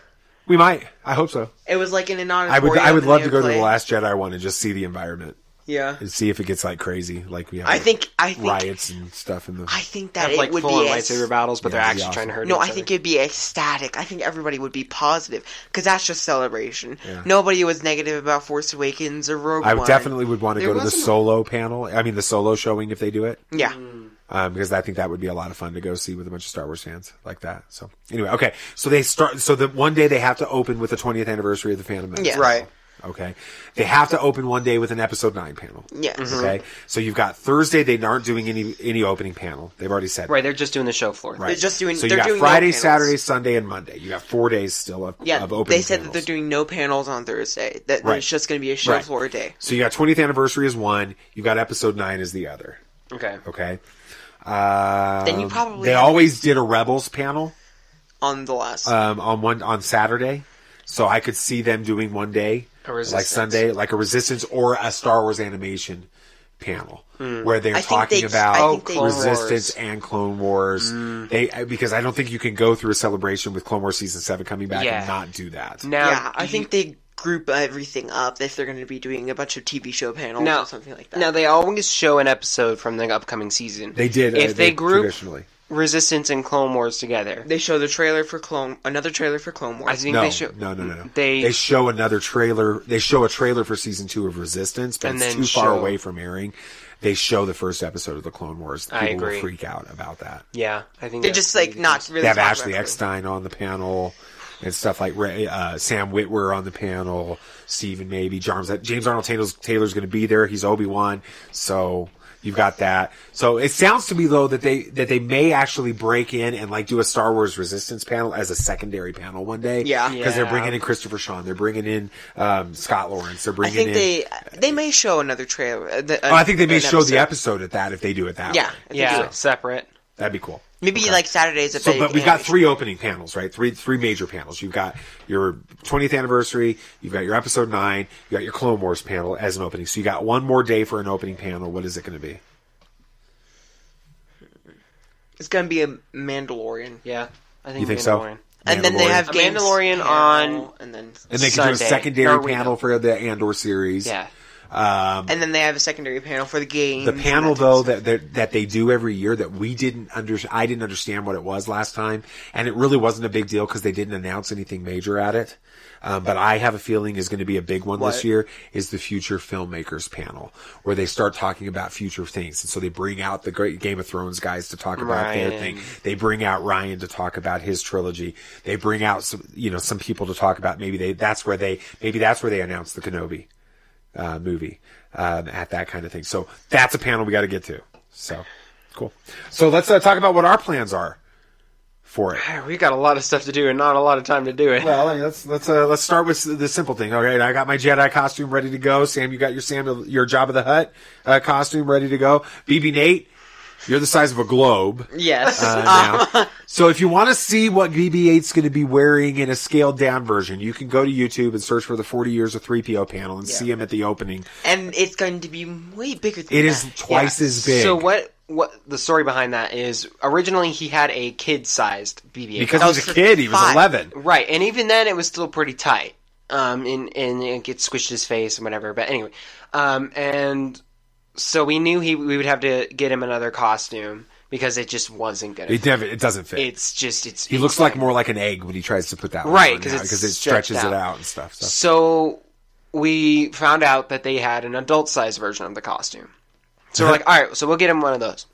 A: we might. I hope so.
B: It was like in an
A: I
B: auditorium.
A: would. I would
B: and
A: love
B: they
A: to
B: would
A: go to
B: play-
A: the Last Jedi one and just see the environment.
B: Yeah.
A: and see if it gets like crazy, like we have.
B: I
A: like,
B: think- I think-
A: riots and stuff in the.
B: I think that
I: Have,
B: it
I: like,
B: would be
I: full-on
B: ex-
I: lightsaber battles, but they're
A: that'd be
I: actually trying to
A: awesome.
I: hurt
B: No,
I: each
B: I think it'd be ecstatic. I think everybody would be positive because that's just celebration.
A: Yeah.
B: Nobody was negative about Force Awakens or Rogue
A: I
B: One.
A: definitely would want to
B: There
A: go to the
B: wasn't-
A: solo panel. I mean, the solo showing if they do it.
B: Yeah.
A: Um, because I think that would be a lot of fun to go see with a bunch of Star Wars fans like that. So anyway, okay. So they start. So the one day they have to open with the 20th anniversary of the Phantom Menace.
B: Yeah. Right.
A: Okay. They have to open one day with an episode nine panel.
B: Yes. Mhm.
A: Okay. So you've got Thursday. They aren't doing any any opening panel. They've already said
I: Right, they're just doing the show floor.
A: Right. So you got Friday, Saturday, Sunday, and Monday. You got four days still of,
B: Yeah,
A: of opening.
B: they said
A: panels.
B: that they're doing no panels on Thursday. That
A: Right.
B: it's just going to be a show
A: Right.
B: floor day.
A: So you got 20th anniversary is one. You got episode nine is the other.
I: Okay.
A: Okay. Um,
B: you probably
A: they
B: have-
A: always did a Rebels panel
B: On the last,
A: um, on one on Saturday, so I could see them doing one day
B: A
A: like
B: Resistance.
A: Sunday, like a Resistance or a Star Wars animation panel
I: Hmm.
P: Mm.
A: where they're
P: I think
A: talking
P: they-
A: about
P: I think they- Clone
A: Resistance
P: Wars.
A: and Clone Wars.
I: Hmm.
A: They I- because I don't think you can go through a celebration with Clone Wars season seven coming back
B: Yeah.
A: and not do that.
B: yeah, I think they group everything up if they're going to be doing a bunch of TV show panels
I: Now-
B: or something like that.
I: Now they always show an episode from the upcoming season.
A: They did uh,
I: If they, group
A: traditionally.
I: Resistance and Clone Wars together,
B: they show the trailer for Clone, another trailer for Clone Wars.
I: I think
A: no,
I: they show.
A: no, no, no, no.
I: They-
A: they show another trailer. They show a trailer for season two of Resistance, but
I: And
A: it's
I: then
A: too far
I: show-
A: away from airing. They show the first episode of the Clone Wars. People
I: I agree.
A: will freak out about that.
I: Yeah, I think
B: They're
I: that's
B: just like not really.
A: they have
B: talking
A: Ashley
B: about it.
A: Eckstein on the panel and stuff like Ray, uh, Sam Witwer on the panel. Steven maybe James James Arnold Taylor's, Taylor's going to be there. He's Obi Wan, so you've got that. So it sounds to me though that they that they may actually break in and like do a Star Wars Resistance panel as a secondary panel one day.
B: Yeah.
A: because they're
B: Yeah.
A: bringing in Christopher Sean, they're bringing in um, Scott Lawrence, they're
B: I
A: bringing
B: think
A: in.
B: they they may show another trailer. uh, the-
A: oh, I think they may
B: an
A: show the episode at that if they do it that
B: Yeah,
A: way.
B: I think Yeah, so.
I: separate.
A: That'd be cool.
B: Maybe like Saturdays. If
A: So,
B: they
A: but we've
B: animate.
A: got three opening panels, right? Three three major panels. You've got your 20th anniversary, you've got your episode nine, you got your Clone Wars panel as an opening. So you got one more day for an opening panel. What is it going to be?
B: It's gonna be a Mandalorian.
I: Yeah, I
A: think You think so? Mandalorian.
B: And then they have
I: A
B: games
I: Mandalorian
B: panel,
I: on,
B: and then
A: And they can do a secondary panel for the Andor series.
B: Yeah.
A: Um,
B: and then they have a secondary panel for the game.
A: the panel though that, that that they do every year that we didn't under I didn't understand what it was last time, and it really wasn't a big deal because they didn't announce anything major at it. Um, but I have a feeling is going to be a big one this
P: What?
A: year is the future filmmakers panel where they start talking about future things, and so they bring out the great Game of Thrones guys to talk about their
P: Ryan.
A: thing. They bring out Ryan to talk about his trilogy. They bring out some you know some people to talk about maybe they that's where they maybe that's where they announce the Kenobi uh, movie um, at that kind of thing. So that's a panel we got to get to. So cool. So let's uh, talk about what our plans are for it.
I: We got a lot of stuff to do and not a lot of time to do it.
A: Well, I mean, let's let's uh, let's start with the simple thing. All right, I got my Jedi costume ready to go. Sam, you got your Samuel your Job of the Hut uh, costume ready to go. BB Nate, You're the size of a globe.
B: Yes.
A: Uh, now. so if you want to see what BB-8's going to be wearing in a scaled down version, you can go to YouTube and search for the 40 years of 3PO panel and see him at the opening.
B: and it's going to be way bigger than
A: It
B: that.
A: is twice as big.
I: So what? What the story behind that is? Originally, he had a kid-sized BB-8
A: Because he was a kid, he was 11.
I: right? And even then, it was still pretty tight. Um, and and it gets squished his face and whatever. But anyway, um, and so we knew he we would have to get him another costume because it just wasn't gonna.
A: It
I: fit.
A: never- it doesn't fit.
I: It's just it's.
A: He
I: it's
A: looks like more like an egg when he tries to put that one
I: Right,
A: on
I: 'cause
A: now,
I: it's
A: it
I: stretched
A: stretches
I: out.
A: it out and stuff. So.
I: So we found out that they had an adult size version of the costume. So we're
Q: Uh-huh.
I: like, all right, so we'll get him one of those.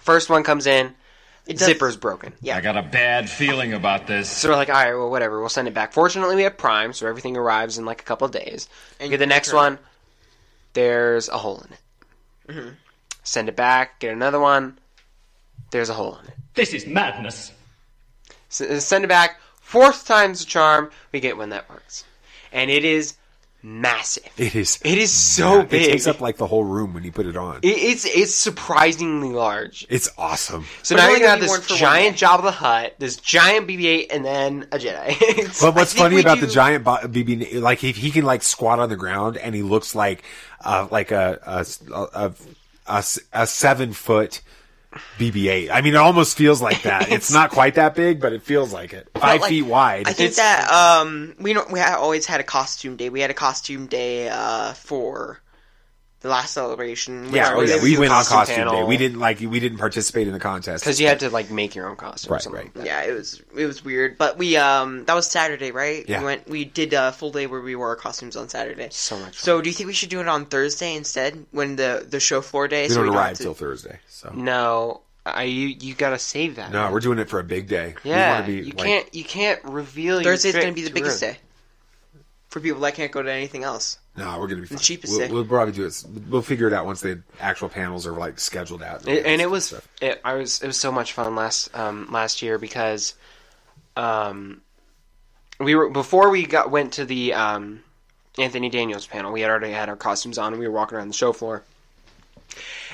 I: First one comes in, zipper's broken.
Q: I got a bad feeling about this.
I: So we're like, all right, well, whatever, we'll send it back. Fortunately, we have Prime, so everything arrives in like a couple of days.
B: And
I: get the
B: you
I: next
B: return
I: one, there's a hole in it.
B: Mhm.
I: Send it back, get another one, there's a hole in it.
Q: This is madness.
I: S- send it back, fourth time's a charm, we get one that works. And it is massive.
A: It is.
I: It is so
A: It
I: big.
A: takes up like the whole room when you put it on.
I: It, it's it's surprisingly large.
A: It's awesome.
I: So
B: But
I: now
B: only
I: you're gonna
B: gonna be
I: have
B: worn
I: this
B: for one
I: giant Jabba the Hutt, this giant BB-8, and then a Jedi. It's-
A: But what's
I: I think
A: funny
I: we
A: about
I: do-
A: the giant bo- BB, like if he can like squat on the ground and he looks like, uh, like a a a, a, a seven foot BB-8. I mean, it almost feels like that. it's, not quite that big, but it feels like it. Five
B: like,
A: feet wide.
B: I think that um we don't we ha- always had a costume day. We had a costume day uh for the last celebration.
A: yeah,
B: which
A: oh,
B: was-
A: yeah, we went on costume
I: panel.
A: day. We didn't like we didn't participate in the contest
I: because you had to like make your own costume. or
A: Right,
I: something.
B: Yeah, it was it was weird, but we um that was Saturday, right?
A: Yeah.
B: We went we did a full day where we wore our costumes on Saturday.
I: So much.
B: So do you think we should do it on Thursday instead when the the show floor day?
A: We
B: so
A: don't
B: have
A: arrive
B: to-
A: till Thursday, so
I: Mm. No, I, you you gotta save that.
A: no, we're doing it for a big day. We
I: Yeah,
A: wanna be,
I: you
A: like-
I: can't you can't reveal.
B: Thursday's
I: your
B: gonna be the biggest day for people that can't go to anything else.
A: No, we're gonna be
B: The
A: fine.
B: cheapest
A: We'll,
B: day.
A: we'll probably do it. s- We'll figure it out once the actual panels are like scheduled out.
I: It, and it was it, I was it was so much fun last um last year because um we were before we got went to the um Anthony Daniels panel we had already had our costumes on and we were walking around the show floor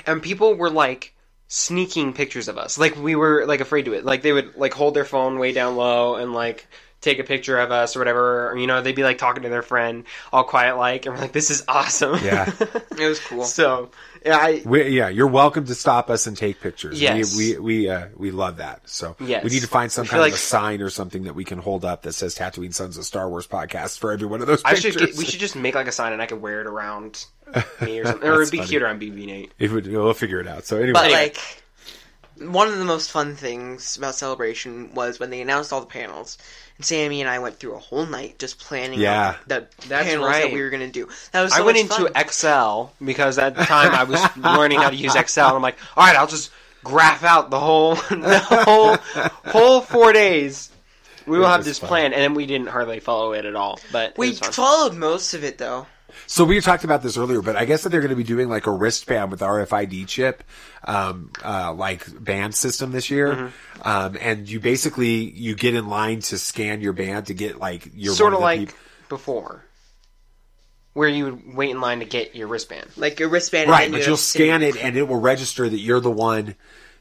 I: and people were like sneaking pictures of us like we were like afraid to it like they would like hold their phone way down low and like take a picture of us or whatever or, you know they'd be like talking to their friend all quiet like and we're like this is awesome
A: Yeah.
I: it was cool so yeah, I,
A: We, yeah, you're welcome to stop us and take pictures.
I: Yes.
A: We we we, uh, we love that. So
I: Yes.
A: we need to find some
I: I feel
A: kind
I: like-
A: of a sign or something that we can hold up that says Tatooine Sons of Star Wars podcast for every one of those
I: I
A: pictures.
I: should get, we should just make like a sign and I could wear it around me or something. or it'd
A: That's
I: be
A: funny.
I: cuter on BB Nate.
A: It would, we'll figure it out. So anyway,
B: But like, one of the most fun things about Celebration was when they announced all the panels, and Sammy and I went through a whole night just planning.
A: Yeah.
B: out the
I: That's
B: panels
I: right.
B: that we were gonna do. That was.
I: I
B: so
I: went
B: much
I: into
B: fun.
I: Excel because at the time I was learning how to use Excel. And I'm like, all right, I'll just graph out the whole the whole whole four days. We will
A: It
I: have
A: was
I: this
A: fun.
I: plan, and then we didn't hardly follow it at all. But
B: we
I: it was fun.
B: followed most of it though.
A: So we talked about this earlier, but I guess that they're going to be doing like a wristband with RFID chip, um, uh, like band system this year. Um, and you basically, you get in line to scan your band to get like your
I: sort of
A: one
I: like
A: the peop-
I: before, where you would wait in line to get your wristband.
B: Like your wristband,
A: right,
B: and
A: but you'll scan it and it will register that you're the one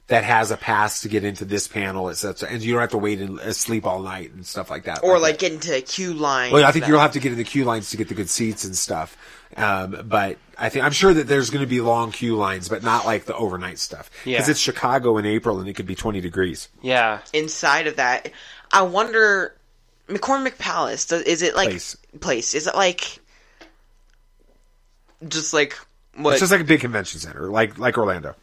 A: that has a pass to get into this panel, etc. And you don't have to wait and uh, sleep all night and stuff like that.
B: or like get into a queue line.
A: Well, I think you'll have to get in the queue lines to get the good seats and stuff. Um, but I think I'm sure that there's going to be long queue lines, but not like the overnight stuff.
I: Yeah.
A: Because it's Chicago in April and it could be 20 degrees.
I: Yeah,
B: inside of that. I wonder, McCormick Palace does, is it like
A: Place.
B: place? Is it like just like what?
A: It's just like a big convention center, like like Orlando,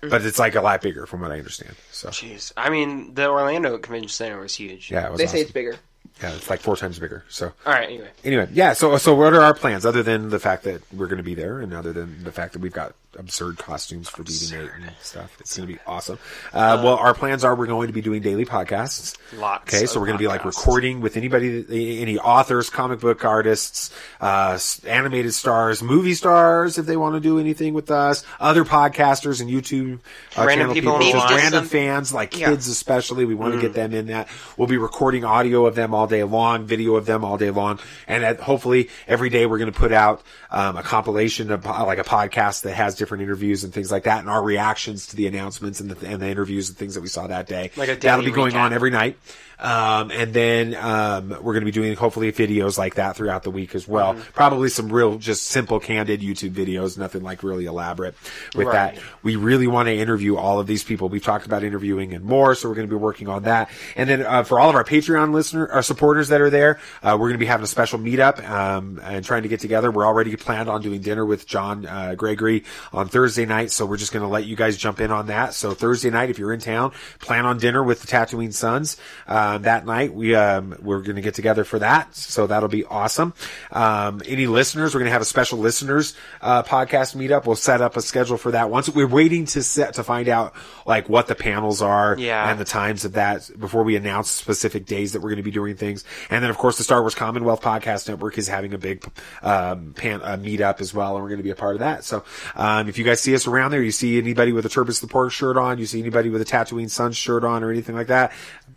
A: but it's like a lot bigger from what I understand. So
I: jeez. I mean, the Orlando Convention Center was huge.
A: yeah, it was awesome.
B: bigger.
A: yeah, it's like four times bigger. So
I: All right. Anyway.
A: anyway, yeah. So so what are our plans other than the fact that we're going to be there, and other than the fact that we've got absurd costumes for BB Nate and stuff? It's going to be awesome. Uh, well, our plans are we're going to be doing daily podcasts.
I: Lots
A: Okay,
I: of
A: so we're going to be like
I: podcasts.
A: recording with anybody, any authors, comic book artists, uh, s- animated stars, movie stars, if they want to do anything with us, other podcasters and YouTube uh,
I: Random
A: channel people,
I: people online.
A: just
I: Maybe just
A: random
I: some-
A: fans, like
I: Yeah. Mm.
A: kids especially. We want to get them in that. We'll be recording audio of them all all day long, video of them all day long. And that hopefully every day we're going to put out um, a compilation of uh, like a podcast that has different interviews and things like that and our reactions to the announcements and the, and the interviews and things that we saw that day.
I: Like a daily
A: That'll be going
I: recap.
A: on every night. Um, and then um, we're going to be doing hopefully videos like that throughout the week as well.
I: Mhm.
A: Probably some real, just simple, candid YouTube videos, nothing like really elaborate with
I: Right.
A: that. We really want to interview all of these people. We've talked about interviewing and more, so we're going to be working on that. And then uh, for all of our Patreon listener, our supporters that are there, uh, we're going to be having a special meetup um, and trying to get together. We're already planned on doing dinner with John uh, Gregory on Thursday night, so we're just going to let you guys jump in on that. So Thursday night, if you're in town, plan on dinner with the Tatooine Sons um, that night. We um, we're going to get together for that, so that'll be awesome. Um, any listeners, we're going to have a special listeners uh, podcast meetup. We'll set up a schedule for that. Once we're waiting to set to find out like what the panels are
I: Yeah.
A: and the times of that before we announce specific days that we're going to be doing things. And then of course the Star Wars Commonwealth Podcast Network is having a big um, pan, uh, meetup as well, and we're going to be a part of that. So um, if you guys see us around there, you see anybody with a Turbus the Pork shirt on, you see anybody with a Tatooine Suns shirt on, or anything like that,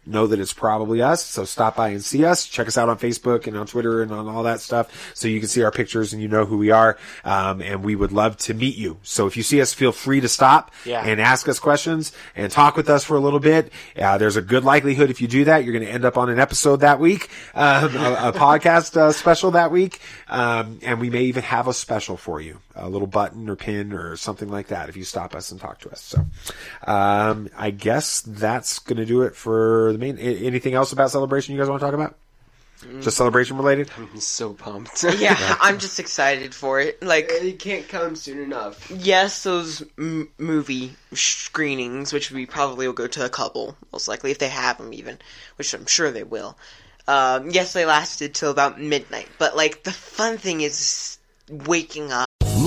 A: know that it's probably us. So stop by and see us. Check us out on Facebook and on Twitter and on all that stuff. So you can see our pictures and you know who we are. Um, and we would love to meet you. So if you see us, feel free to stop
I: Yeah.
A: and ask us questions and talk with us for a little bit. Uh, there's a good likelihood if you do that, you're going to end up on an episode that week, um, a, a podcast uh, special that week. Um, and we may even have a special for you, a little button or pin or something like that if you stop us and talk to us. So, um, I guess that's going to do it for the main. a- Anything else about celebration you guys want to talk about? Just celebration related?
I: I'm so pumped.
B: yeah, I'm just excited for it. Like
I: it can't come soon enough.
B: Yes, those m- movie screenings, which we probably will go to a couple, most likely if they have them even, which I'm sure they will. Um, yes, they lasted till about midnight, but like the fun thing is waking up.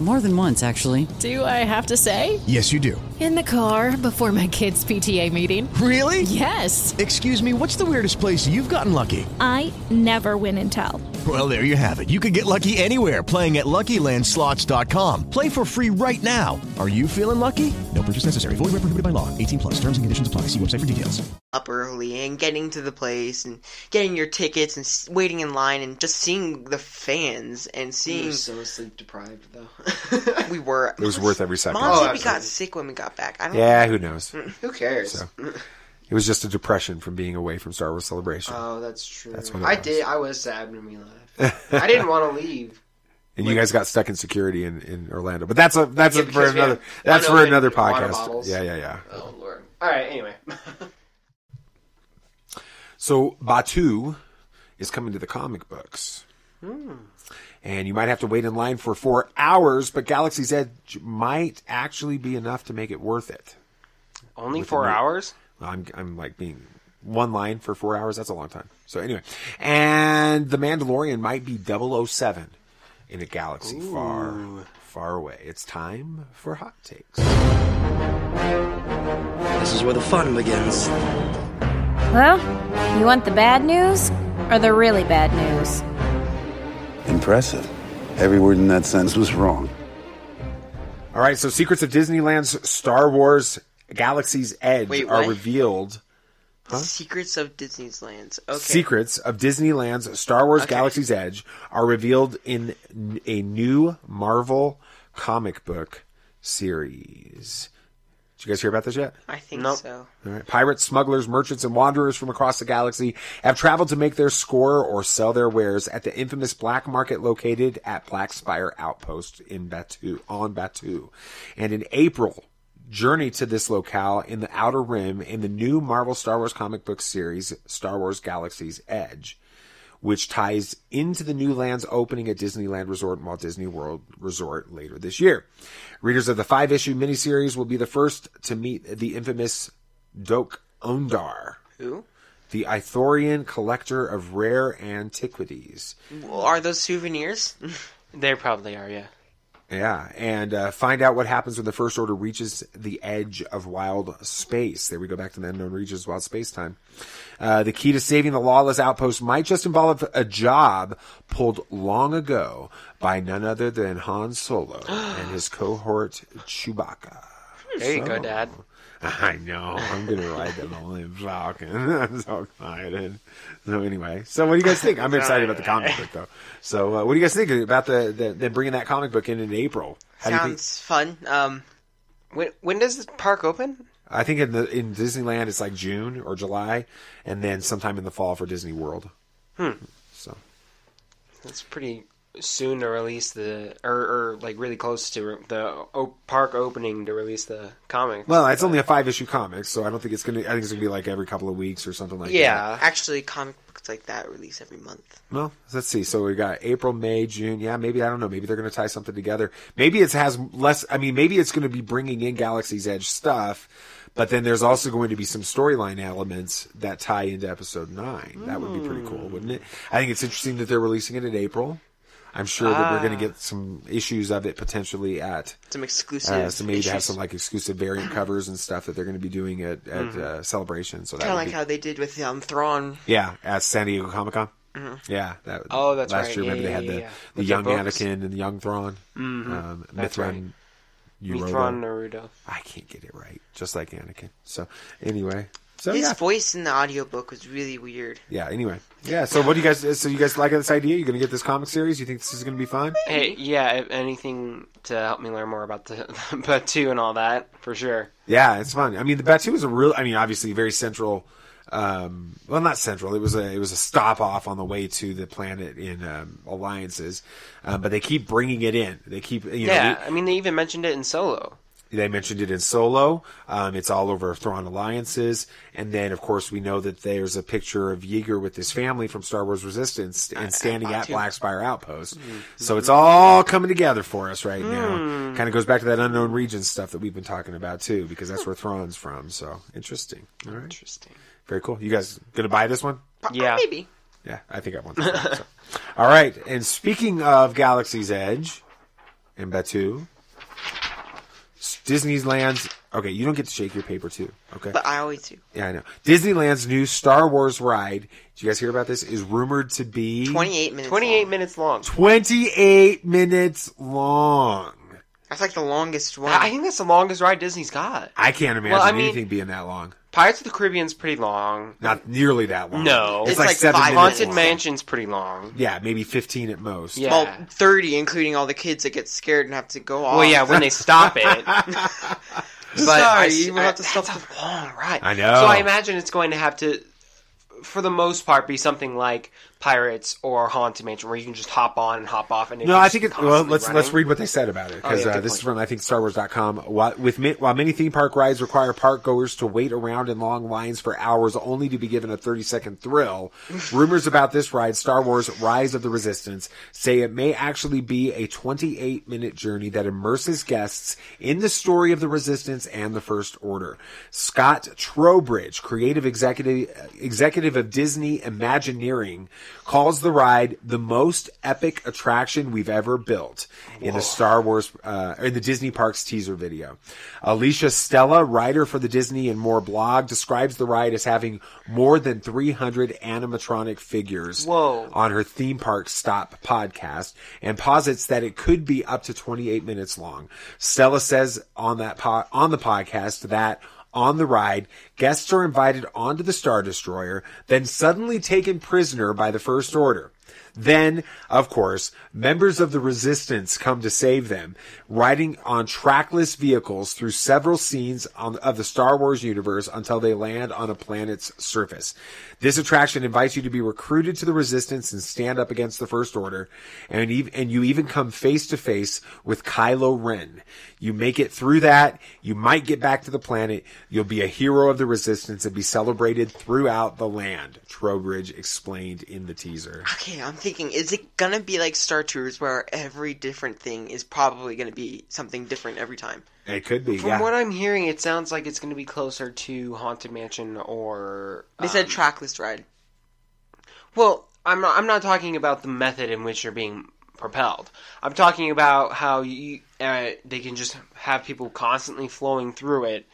R: More than once, actually.
S: Do I have to say?
C: Yes, you do.
S: In the car before my kids' PTA meeting.
C: Really?
S: Yes.
C: Excuse me, what's the weirdest place you've gotten lucky?
T: I never win and tell.
C: Well, there you have it. You can get lucky anywhere playing at LuckyLandSlots.com. Play for free right now. Are you feeling lucky? No purchase necessary. Void where prohibited by law. 18 plus. Terms and conditions apply. See website for details.
B: up early and getting to the place and getting your tickets and s- waiting in line and just seeing the fans and seeing.
I: You're so sleep deprived though.
B: we were.
A: It was worth every second.
I: Oh,
B: Mom said we got sick when we got back. I don't.
A: Yeah, who knows?
I: Who cares?
A: So. mm. It was just a depression from being away from Star Wars Celebration.
I: Oh, that's true.
A: That's what it
I: I
A: was.
I: did. I was sad when we left. I didn't want to leave.
A: and you guys got stuck in security in, in Orlando. But that's a that's
I: Yeah,
A: a, for
I: because we
A: another
I: had
A: that's for
I: unopened
A: another
I: water
A: podcast.
I: bottles.
A: Yeah, yeah, yeah.
I: Oh lord. All right. Anyway.
A: So Batu is coming to the comic books.
I: Hmm.
A: And you might have to wait in line for four hours, but Galaxy's Edge might actually be enough to make it worth it.
I: Only
A: With
I: four
A: the-
I: hours.
A: I'm I'm like being one line for four hours. That's a long time. So anyway, and the Mandalorian might be 007 in a galaxy far, far away. It's time for hot takes.
E: This is where the fun begins.
U: Well, you want the bad news or the really bad news?
G: Impressive. Every word in that sentence was wrong.
A: All right, so Secrets of Disneyland's Star Wars Galaxy's Edge
B: Wait,
A: are
B: what?
A: revealed. Huh?
B: Secrets of Disney's Lands. Okay.
A: Secrets of Disneyland's Star Wars Galaxy's Edge are revealed in n- a new Marvel comic book series. Did you guys hear about this yet?
B: I think so.
A: All right. Pirates, smugglers, merchants, and wanderers from across the galaxy have traveled to make their score or sell their wares at the infamous black market located at Black Spire Outpost in Batu, on Batu. And in April, journey to this locale in the Outer Rim in the new Marvel Star Wars comic book series, Star Wars Galaxy's Edge which ties into the new lands opening at Disneyland Resort and Walt Disney World Resort later this year. Readers of the five issue miniseries will be the first to meet the infamous Dok Ondar,
B: Who?
A: the Ithorian collector of rare antiquities.
B: Well, are those souvenirs?
I: they probably are. Yeah.
A: Yeah, and uh, find out what happens when the First Order reaches the edge of wild space. There we go back to the unknown regions of wild space time. Uh, the key to saving the lawless outpost might just involve a job pulled long ago by none other than Han Solo and his cohort Chewbacca.
I: There you go, Dad.
A: I know. I'm gonna ride the Millennium Falcon. I'm so excited. So anyway, so what do you guys think? I'm excited about the comic book though. So uh, what do you guys think about the, the them bringing that comic book in in April? How do you think?
B: Sounds fun. Um,
I: when when does the park open?
A: I think in the in Disneyland it's like June or July, and then sometime in the fall for Disney World.
I: Hmm.
A: So
I: It's pretty soon to release the or, or like really close to re- the o- park opening to release the comic.
A: well, it's only a five issue comic, so I don't think it's gonna. I think it's gonna be like every couple of weeks or something like that.
B: yeah, actually, comic books like that release every month.
A: Well, let's see. So we got April, May, June. Yeah, maybe I don't know. Maybe they're going to tie something together. Maybe it has less. I mean, maybe it's going to be bringing in Galaxy's Edge stuff, but then there's also going to be some storyline elements that tie into Episode Nine. That would be pretty cool, wouldn't it? I think it's interesting that they're releasing it in April. I'm sure that
B: Ah.
A: we're going to get some issues of it potentially at
B: Some exclusive
A: Uh, so maybe they have
B: issues.
A: some like exclusive variant covers and stuff that they're going to be doing at, at
B: Mhm.
A: uh, Celebration. So that
B: Kind of
A: would
B: like
A: be-
B: how they did with um, Thrawn.
A: yeah, at San Diego Comic Con.
B: Mhm.
A: Yeah. That,
B: Oh, that's
A: last
B: right.
A: year,
B: Yeah,
A: remember they
B: yeah,
A: had
B: yeah,
A: the, the
B: yeah. With the
A: young
B: books. Mm-hmm.
A: Anakin and the young Thrawn.
I: Mhm.
A: Um,
I: That's
A: Mithran, Uroda.
I: Mithran Naruto.
A: I can't get it right, just like Anakin. So anyway, so
B: His
A: Oh, yeah,
B: voice in the audiobook was really weird.
A: yeah. Anyway, yeah. So what do you guys? So you guys like this idea? You're going to get this comic series? You think this is going to be fun?
I: Hey, yeah, if anything to help me learn more about the but two and all that for sure.
A: Yeah, it's fun. I mean, the Batu was a real. I mean, obviously very central. Um, well, not central. It was a it was a stop off on the way to the planet in um, alliances, um, but they keep bringing it in. They keep you know
I: yeah, I mean they even mentioned it in Solo.
A: They mentioned it in Solo. Um, it's all over Thrawn Alliances. And then, of course, we know that there's a picture of Yeager with his family from Star Wars Resistance and standing at
P: Batu.
A: Black Spire Outpost. So it's all coming together for us right now.
P: Hmm.
A: Kind of goes back to that unknown region stuff that we've been talking about, too, because that's where Thrawn's from. So interesting. All right.
I: Interesting.
A: Very cool. You guys going to buy this one?
I: Yeah.
B: Maybe.
A: Yeah, I think I want that. so. All right. And speaking of Galaxy's Edge and Batu, s- Disney's Land's. Okay, you don't get to shake your paper too. Okay.
B: But I always do.
A: yeah, I know. Disneyland's new Star Wars ride. Did you guys hear about this? Is rumored to be
B: 28 minutes.
I: 28 minutes long.
A: 28 minutes long.
B: That's like the longest one.
I: I I think that's the longest ride Disney's got.
A: I can't imagine
I: Well, I mean-
A: anything being that long.
I: Pirates of the Caribbean's pretty long.
A: Not nearly that long.
I: No,
A: It's, like, seven minutes.
I: Haunted
A: long.
I: Mansion's pretty long.
A: Yeah, maybe 15 at most.
B: Well, 30, including all the kids that get scared and have to go off.
I: Well, yeah, when they stop it. but
B: Sorry,
I: I-
B: you will
I: I-
B: have to stop the
I: long ride.
A: I know.
I: So I imagine it's going to have to, for the most part, be something like Pirates or Haunted Mansion, where you can just hop on and hop off. And
A: No, I
I: just
A: think it,
I: constantly
A: well, let's
I: running.
A: let's read what they said about it
I: Oh,
A: because
I: yeah,
A: uh,
I: good
A: this
I: point.
A: is from I think StarWars.com. While, with ma- while many theme park rides require park goers to wait around in long lines for hours only to be given a 30 second thrill, rumors about this ride, Star Wars: Rise of the Resistance, say it may actually be a 28 minute journey that immerses guests in the story of the Resistance and the First Order. Scott Trowbridge, creative executive executive of Disney Imagineering, calls the ride the most epic attraction we've ever built in the Star Wars uh, in the Disney Parks teaser video. Alicia Stella, writer for the Disney and More blog, describes the ride as having more than 300 animatronic figures
I: Whoa.
A: on her theme park stop podcast and posits that it could be up to 28 minutes long. Stella says on that po- on the podcast that on the ride, guests are invited onto the Star Destroyer, then suddenly taken prisoner by the First Order. Then, of course, members of the resistance come to save them, riding on trackless vehicles through several scenes on, of the Star Wars universe until they land on a planet's surface. This attraction invites you to be recruited to the resistance and stand up against the First Order, and, ev- and you even come face to face with Kylo Ren. You make it through that, you might get back to the planet, you'll be a hero of the resistance and be celebrated throughout the land, Trowbridge explained in the teaser.
B: Okay, I'm thinking, is it gonna be like Star Tours where every different thing is probably gonna be something different every time?
A: It could be,
I: From
A: yeah.
I: what I'm hearing, it sounds like it's going to be closer to Haunted Mansion or. uh,
B: They
A: Um,
B: said trackless ride.
I: Well, I'm not, I'm not talking about the method in which you're being propelled. I'm talking about how you, uh, they can just have people constantly flowing through it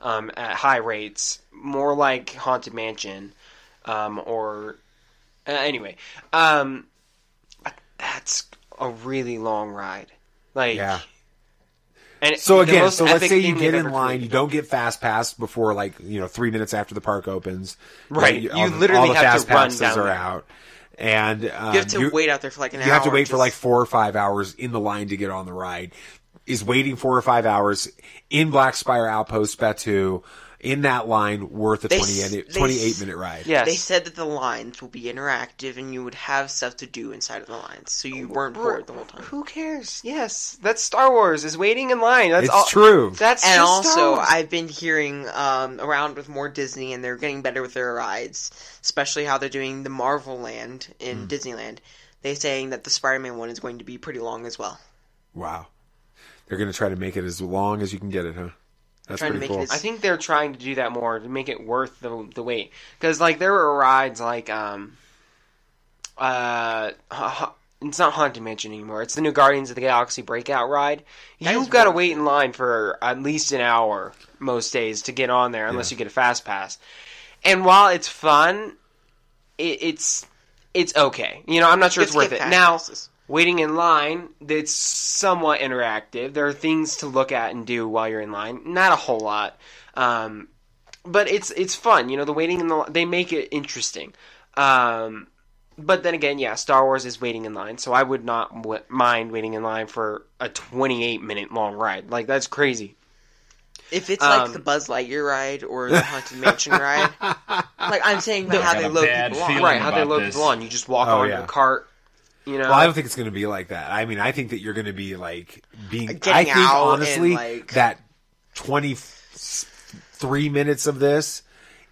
I: um, at high rates, more like Haunted Mansion, um, or uh, anyway. Um, that's a really long ride. Like,
A: Yeah.
I: And
A: so
I: the
A: again,
I: most
A: so let's
I: epic
A: say you
I: thing
A: get
I: they've
A: in
I: ever
A: line, you don't get fast passed before like you know three minutes after the park opens.
I: Right.
A: You,
I: You literally have to run
A: passes
I: down
A: are
I: there.
A: out, and um,
B: have to wait out there for, like, an
A: You have to
B: hour
A: wait for
B: just-
A: like four or five hours in the line to get on the ride. Is waiting four or five hours in Black Spire Outpost Batu in that line worth a
B: They
A: 20
B: s-
A: minute,
B: they
A: 28
B: s-
A: minute ride?
B: They said that the lines will be interactive and you would have stuff to do inside of the lines, so
A: Oh,
B: you weren't bored the whole time.
I: Who cares? Yes, that's Star Wars is waiting in line. That's
B: It's
I: all,
A: true.
I: That's
B: and
I: just Star
B: also,
I: Wars.
B: I've been hearing um, around with more Disney, and they're getting better with their rides, especially how they're doing the Marvel Land
A: Mm.
B: in Disneyland. They're saying that the Spider-Man one is going to be pretty long as well.
A: Wow. They're going to try to make it as long as you can get it, huh? That's
I: Trying to
A: pretty
I: make
A: cool.
I: it- I think they're trying to do that more to make it worth the the wait. Because like there were rides like um, uh, ha- ha- it's not Haunted Mansion anymore. It's the new Guardians of the Galaxy Breakout ride. You've got to wait in line for at least an hour most days to get on there, unless you get a fast pass. And while it's fun, it, it's it's okay. You know, I'm not sure
B: It's
I: it's worth
B: Get
I: it
B: Pass
I: now.
B: passes.
I: Waiting in line, it's somewhat interactive. There are things to look at and do while you're in line. Not a whole lot, um, but it's it's fun. You know, the waiting in the li- they make it interesting. Um, but then again, yeah, Star Wars is waiting in line, so I would not w- mind waiting in line for a 28 minute long ride. Like that's crazy.
B: If it's
I: Um,
B: like the Buzz Lightyear ride or the Haunted Mansion ride, like I'm saying,
I: No.
B: how they load people on.
I: right? How they load people on? You just walk
A: Oh,
I: on
A: yeah.
I: the cart. You know,
A: Well, I don't think it's going to be like that. I mean, I think that you're going to be like being.
I: Getting
A: I think
I: out
A: honestly
I: and, like-
A: that twenty three minutes of this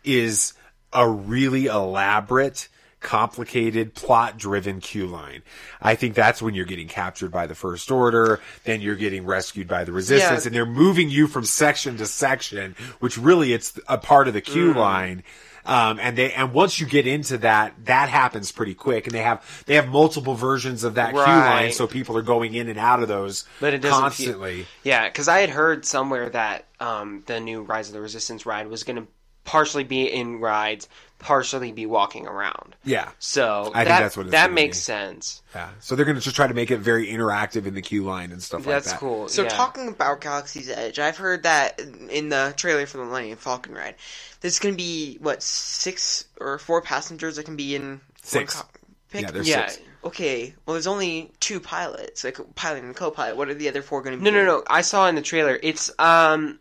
A: is a really elaborate, complicated, plot driven queue line. I think that's when you're getting captured by the First Order, then you're getting rescued by the Resistance,
I: Yeah.
A: and they're moving you from section to section, which really it's a part of the queue
I: Mm.
A: line. Um, and they and once you get into that, that happens pretty quick. And they have they have multiple versions of that queue line,
I: Right.
A: so people are going in and out of those
I: but it doesn't
A: constantly.
I: Feel, yeah, because I had heard somewhere that um, the new Rise of the Resistance ride was going to partially be in rides, partially be walking around.
A: yeah.
I: So
A: I think
I: that,
A: that's what it's
I: that
A: gonna
I: makes
A: be.
I: sense.
A: Yeah. So they're going to just try to make it very interactive in the queue line and stuff like that.
I: That's cool.
B: So
I: yeah.
B: talking about Galaxy's Edge, I've heard that in the trailer for the Millennium Falcon ride, there's going to be what six or four passengers that can be in
A: Six.
B: One cockpit?
A: Yeah, there's Yeah. six.
B: Okay, well, there's only two pilots, like pilot and co-pilot. What are the other four going to
I: No,
B: be?
I: no, no. I saw in the trailer. It's um,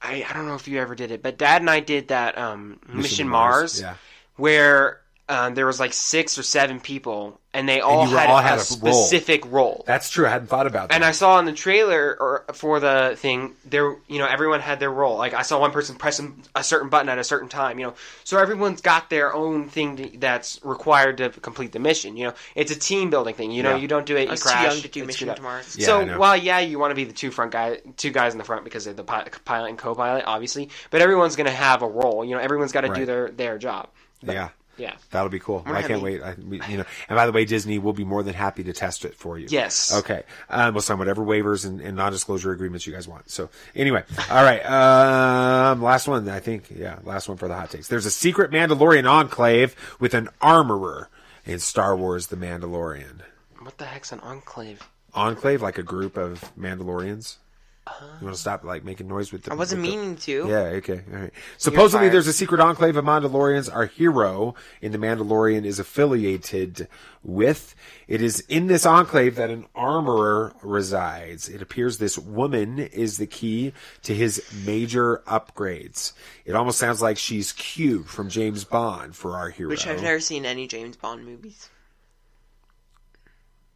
I: I, I don't know if you ever did it, but Dad and I did that um Mission, Mars,
A: Yeah.
I: where um, there was like six or seven people, and they all
A: you
I: had,
A: all
I: a,
A: had a role.
I: specific role.
A: That's true. I hadn't thought about that.
I: And I saw in the trailer or for the thing, there you know everyone had their role. Like I saw one person pressing a certain button at a certain time. You know, so everyone's got their own thing to, that's required to complete the mission. You know, it's a team building thing. You know,
B: Yeah.
I: you don't do it,
B: I
I: you
B: was too
I: crash.
B: young to do
I: it's
B: Mission
I: screwed up.
B: to Mars.
A: Yeah, I
I: so
A: know.
I: while yeah, you want to be the two front guy, two guys in the front because they're the pi- pilot and co-pilot, obviously. But everyone's gonna have a role. You know, everyone's got to do
A: Right.
I: their their job.
A: yeah.
I: Yeah.
A: That'll be cool.
I: I'm
A: I can't
I: happy.
A: wait. I, we- you know, and by the way, Disney will be more than happy to test it for you.
I: Yes.
A: Okay. Um, we'll sign whatever waivers and, and non-disclosure agreements you guys want. So anyway, all right. Um, last one, I think. Yeah, last one for the hot takes. There's a secret Mandalorian enclave with an armorer in Star Wars: The Mandalorian.
I: What the heck's an enclave?
A: Enclave, like a group of Mandalorians. You want to stop like making noise with the?
B: I wasn't
A: with the-
B: meaning to.
A: Yeah. Okay. All right. Supposedly,
B: fired.
A: there's a secret enclave of Mandalorians. Our hero in the Mandalorian is affiliated with. It is in this enclave that an armorer resides. It appears this woman is the key to his major upgrades. It almost sounds like she's Q from James Bond for our hero.
B: Which I've never seen any James Bond movies.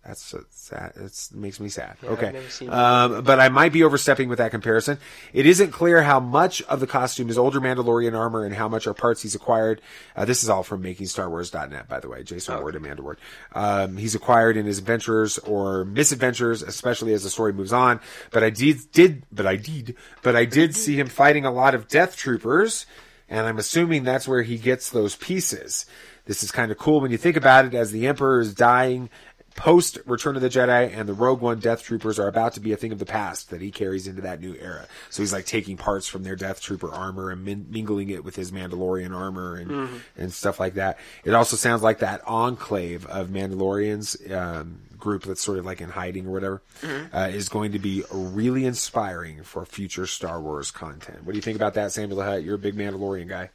A: That's so sad. It makes me sad.
B: Yeah, I've
A: okay.
B: never seen
A: Um, but I might be overstepping with that comparison. It isn't clear how much of the costume is older Mandalorian armor and how much are parts he's acquired. Uh, this is all from makingstarwars.net, by the way.
B: Oh,
A: Jason Ward and Amanda Ward. Um, he's acquired in his adventures or misadventures, especially as the story moves on. But I did, did, but I did, but I did see him fighting a lot of death troopers. And I'm assuming that's where he gets those pieces. This is kind of cool when you think about it as the Emperor is dying Post Return of the Jedi and the Rogue One Death Troopers are about to be a thing of the past that he carries into that new era. So he's like taking parts from their Death Trooper armor and min- mingling it with his Mandalorian armor and
I: Mm-hmm.
P: Mhm.
A: and stuff like that. It also sounds like that enclave of Mandalorians um, group that's sort of like in hiding or whatever
I: Mm-hmm.
P: Mhm.
A: uh, is going to be really inspiring for future Star Wars content. What do you think about that, Samuel the Hutt? You're a big Mandalorian guy.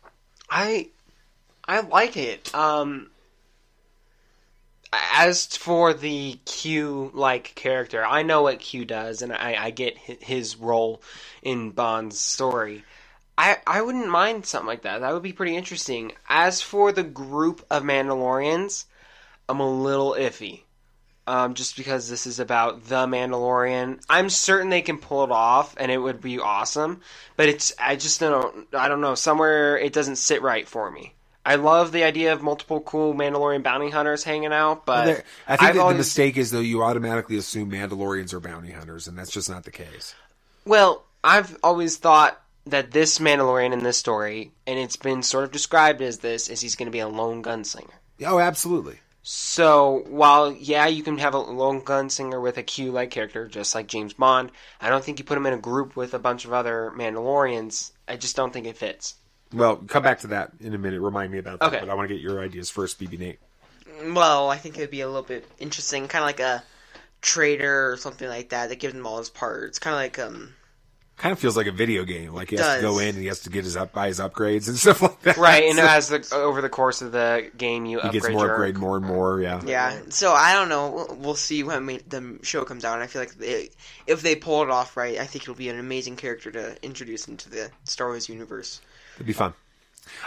I: I I like it. Um as for the Q like character, I know what Q does and I, I get hi- his role in Bond's story. I, I wouldn't mind something like that. That would be pretty interesting. As for the group of Mandalorians, I'm a little iffy. Um, just because this is about the Mandalorian, I'm certain they can pull it off, and it would be awesome. But it's I just don't I don't know somewhere it doesn't sit right for me. I love the idea of multiple cool Mandalorian bounty hunters hanging out, but
A: There- I think
I: Uh,
A: that
I: I've
A: the
I: always-
A: mistake is though you automatically assume Mandalorians are bounty hunters, and that's just not the case.
I: Well, I've always thought that this Mandalorian in this story, and it's been sort of described as this, is he's going to be a lone gunslinger.
A: Oh, absolutely.
I: So while yeah, you can have a lone gunslinger with a Q-like character, just like James Bond, I don't think you put him in a group with a bunch of other Mandalorians. I just don't think it fits.
A: Well, come back to that in a minute. Remind me about that,
I: Okay.
A: but I want to get your ideas first, BB Nate.
B: Well, I think it would be a little bit interesting, kind of like a trader or something like that that gives him all his parts. Kind of like um,
A: Kind of feels like a video game. Like he
B: It
A: has to
B: does.
A: go in and he has to get his up buy his upgrades and stuff like that.
I: Right, and
A: So
I: as the over the course of the game, you
A: he
I: upgrade
A: gets more
I: your
A: upgrade, more and more. Yeah.
B: yeah. So I don't know. We'll- We'll see when we, the show comes out. And I feel like they, if they pull it off right, I think it'll be an amazing character to introduce into the Star Wars universe.
A: It'd be fun.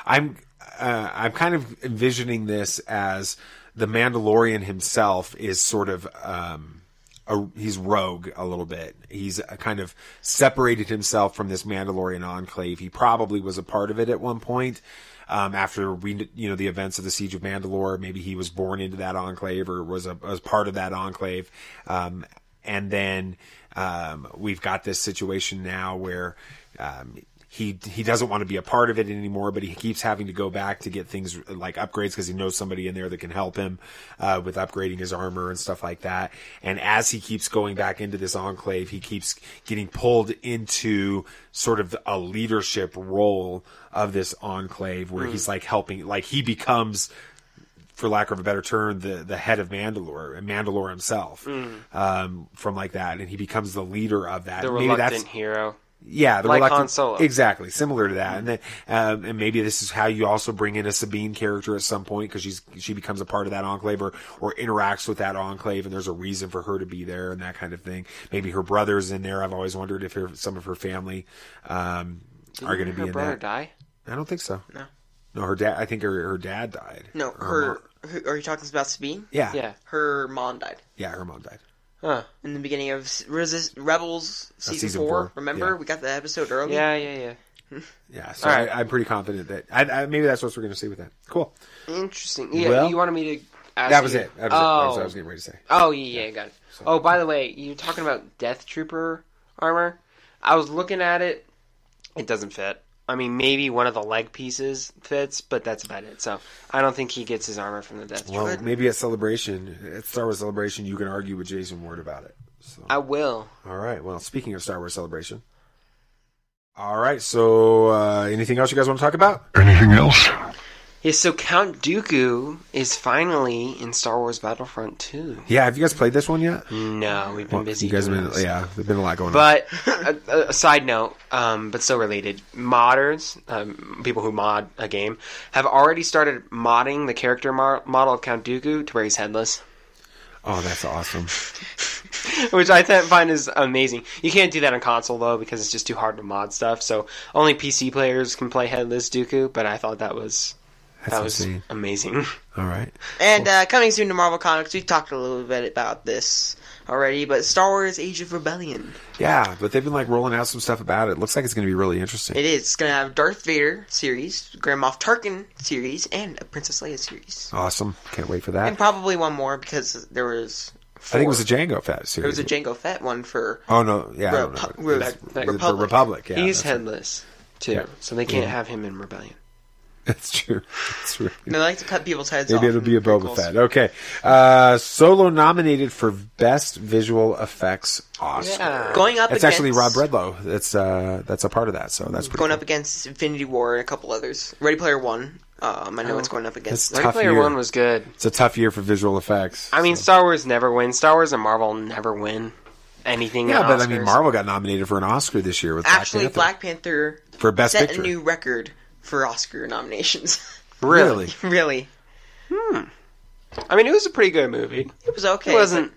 A: I'm uh, I'm kind of envisioning this as the Mandalorian himself is sort of um, a, he's rogue a little bit. He's uh kind of separated himself from this Mandalorian enclave. He probably was a part of it at one point. Um, after we, you know, the events of the siege of Mandalore, maybe he was born into that enclave or was a was part of that enclave. Um, and then um, we've got this situation now where um, he he doesn't want to be a part of it anymore, but he keeps having to go back to get things like upgrades because he knows somebody in there that can help him uh, with upgrading his armor and stuff like that. And as he keeps going back into this enclave, he keeps getting pulled into sort of a leadership role of this enclave where
P: Mm.
I: Hmm.
A: he's like helping, like he becomes, for lack of a better term, the the head of Mandalore and Mandalore himself
I: Mm.
A: um, from like that, and he becomes the leader of that.
I: the
A: Maybe
I: reluctant hero.
A: yeah, the
I: like
A: reluctant-
I: Han Solo.
A: Exactly, similar to that, and then um, and maybe this is how you also bring in a Sabine character at some point because she's she becomes a part of that enclave or or interacts with that enclave, and there's a reason for her to be there and that kind of thing. Maybe her brother's in there. I've always wondered if her, some of her family um, are going to
I: Didn't
A: be
I: her
A: in
I: brother
A: there.
I: die?
A: I don't think so.
B: No.
A: no, her dad. I think her her dad died.
B: No,
A: Or
B: her.
A: mom-
B: her are you talking about Sabine?
A: Yeah. Yeah.
B: Her mom died.
A: yeah, her mom died.
I: Huh.
B: In the beginning of S- Resist, Rebels season,
A: Uh, season
B: four,
A: four,
B: remember
A: yeah.
B: we got the episode early.
I: Yeah, yeah,
B: yeah.
A: Yeah, so
I: All right.
A: I, I'm pretty confident that I, I, maybe that's what we're going to see with that. Cool.
I: Interesting. Yeah,
A: Well,
I: you wanted me to ask.
A: that was
I: you-
A: it. That was it. That was what I was getting ready to say.
I: Oh yeah, yeah, got it. Oh, by the way, you talking about Death Trooper armor? I was looking at it. It doesn't fit. I mean, maybe one of the leg pieces fits, but that's about it. So I don't think he gets his armor from the Death
A: Well,
I: Trooper.
A: maybe at Celebration, at Star Wars Celebration, you can argue with Jason Ward about it. So,
I: I will.
A: all right. Well, speaking of Star Wars Celebration, all right. So, uh, anything else you guys want to talk about? Anything else?
I: Yeah, so Count Dooku is finally in Star Wars Battlefront 2.
A: Yeah. Have you guys played this one yet?
I: No, we've been
A: Well,
I: busy.
A: You guys have
I: doing
A: been,
I: this.
A: yeah. There's been a lot going on.
I: But a, a- a side note, um, but still related, modders, um, people who mod a game, have already started modding the character mar- model of Count Dooku to where he's headless,
A: Oh, that's awesome.
I: which I th- find is amazing. You can't do that on console though because it's just too hard to mod stuff. So only PC players can play headless Dooku. But I thought that was
A: That's
I: that was
A: insane.
I: amazing.
A: All right.
B: And uh, coming soon to Marvel Comics, we've talked a little bit about this already, but Star Wars Age of Rebellion.
A: Yeah, but they've been like rolling out some stuff about it. Looks like it's going to be really interesting.
B: It is. It's going to have Darth Vader series, Grand Moff Tarkin series, and a Princess Leia series.
A: Awesome. Can't wait for
B: And
A: that.
B: probably one more because there was.
A: I think it was a Django Fat
B: There
A: series.
B: was a Jango Fett one for.
A: Oh no! Yeah,
B: Repu-
A: I don't know.
B: Re-
A: It's-
B: Re-
A: the
B: Republic.
A: Republic. Yeah,
I: he's
A: that's right.
I: headless too,
A: Yeah.
I: so they can't
A: Mhm.
I: have him in Rebellion.
A: That's true. That's really
B: And they like to cut people's heads off.
A: Maybe it'll be a
B: and
A: Boba
B: pickles.
A: Fett. Oh, Okay. Uh, Solo nominated for Best Visual Effects Oscar.
B: Yeah. Going up
A: It's actually Rob
B: against-
A: Redlow. That's uh, that's a part of that. So that's pretty.
B: Going up against Infinity War and a couple others. Ready Player One. Um, I know
I: Oh.
B: it's going up
A: It's
B: against.
A: a tough year.
I: good.
A: It's a tough year for visual effects.
I: I mean, Star Wars never wins. Star Wars and Marvel never win anything.
A: Yeah,
I: at
A: but I
I: Oscars.
A: mean, Marvel got nominated for an Oscar this year with
B: Actually,
A: Black
B: Black Panther
A: Panther for Best
B: set
A: Picture.
B: a new record for Oscar nominations.
A: Really?
B: really.
I: Hmm. I mean, it was a pretty good movie.
B: It was okay.
I: It wasn't.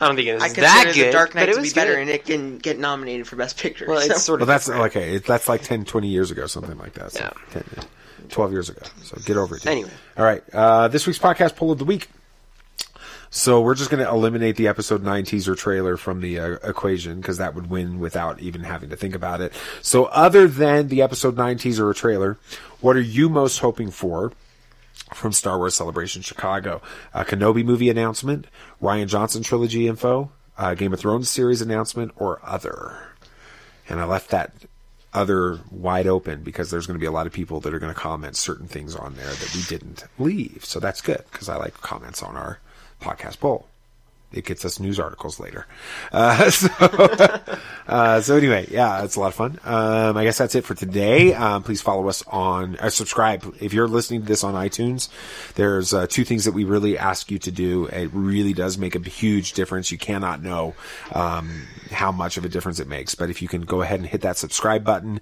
I: I don't think it was
B: I consider
I: that good.
B: The Dark Knight
I: but it
B: to be
I: was
B: better,
I: good.
B: and it can get nominated for Best Picture.
I: Well, it's
B: so-
I: sort
A: well, that's okay. It, that's like 10, 20 years ago, something like that. So
B: Yeah.
A: 10, 12 years ago. So get over it. dude.
I: Anyway.
A: All right. Uh, this week's podcast poll of the week. So we're just going to eliminate the episode nine teaser trailer from the uh, equation because that would win without even having to think about it. So other than the episode nine teaser or trailer, what are you most hoping for? From Star Wars Celebration Chicago, a Kenobi movie announcement, Ryan Johnson trilogy info, uh, Game of Thrones series announcement, or other. And I left that other wide open because there's going to be a lot of people that are going to comment certain things on there that we didn't leave. So that's good because I like comments on our podcast poll. It gets us news articles later. Uh, so, uh, so anyway, yeah, it's a lot of fun. Um, I guess that's it for today. Um, please follow us on, uh, subscribe. If you're listening to this on iTunes, there's uh, two things that we really ask you to do. It really does make a huge difference. You cannot know um, how much of a difference it makes. But if you can go ahead and hit that subscribe button,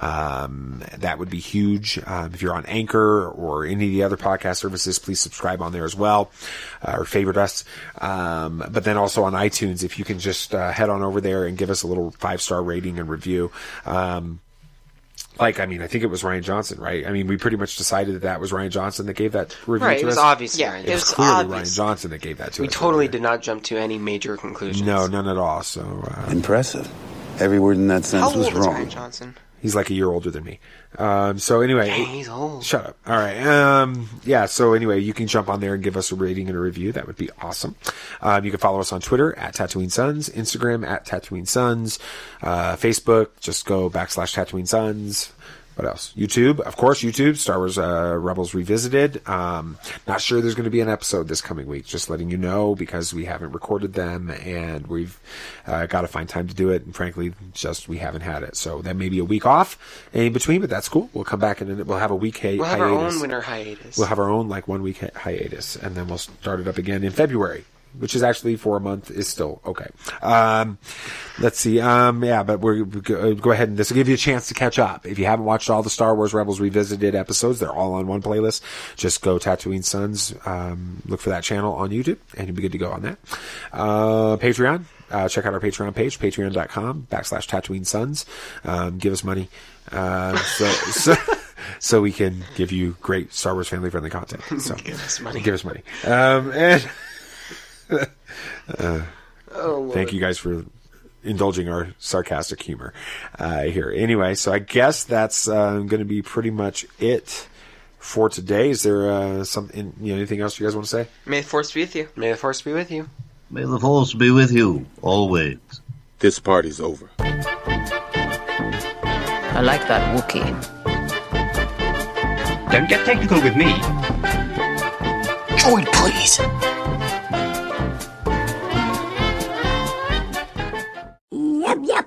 A: um, that would be huge. Um, if you're on Anchor or any of the other podcast services, please subscribe on there as well uh, or favorite us. Um, but then also on iTunes, if you can just uh, head on over there and give us a little five star rating and review. Um, like, I mean, I think it was Ryan Johnson, right? I mean, we pretty much decided that that was Ryan Johnson that gave that review
I: Right,
A: to
I: it was
A: us.
I: obviously Yeah, Ryan
A: it was,
I: Johnson.
A: clearly
I: obvious.
A: Ryan Johnson that gave that to
I: we
A: us.
I: totally did not jump to any major conclusions.
A: No, none at all. So uh,
G: Impressive. Every word in that
I: How
G: sentence was
I: old is Ryan
G: wrong.
I: Johnson?
A: He's like a year older than me. Um, so anyway,
I: Dang, he's old.
A: Shut up. All right. Um, yeah. So anyway, you can jump on there and give us a rating and a review. That would be awesome. Um, you can follow us on Twitter at Tatooine Sons, Instagram at Tatooine Sons, uh, Facebook. Just go backslash Tatooine Sons. What else? YouTube, of course. YouTube, Star Wars uh, Rebels Revisited. Um, not sure there's going to be an episode this coming week. Just letting you know because we haven't recorded them and we've uh, got to find time to do it. And frankly, just we haven't had it. So that may be a week off in between, but that's cool. We'll come back and then we'll have a week hi-
I: We'll have our
A: hiatus.
I: own winter hiatus.
A: We'll have our own like one week hi- hiatus, and then we'll start it up again in February, which is actually for a month is still okay. Um, let's see. Um, yeah, but we're we go uh, go ahead and this will give you a chance to catch up. If you haven't watched all the Star Wars Rebels Revisited episodes, they're all on one playlist. Just go Tatooine Sons, um, look for that channel on YouTube, and you'll be good to go on that. Uh, Patreon. Uh, check out our Patreon page, patreon.com backslash Tatooine Sons. Um, give us money. Uh, so, so, so we can give you great Star Wars family friendly content. So give us money. Give us money. Um, and uh,
I: Oh,
A: thank you guys for indulging our sarcastic humor uh, here. Anyway, so I guess that's uh, going to be pretty much it for today. Is there uh, some in, you know, anything else you guys want to say?
I: May the force be with you. May the force be with you.
V: May the force be with you always. This party's over.
R: I like that Wookiee.
Q: Don't get technical with me.
R: Droid, please.
C: Yep, yep.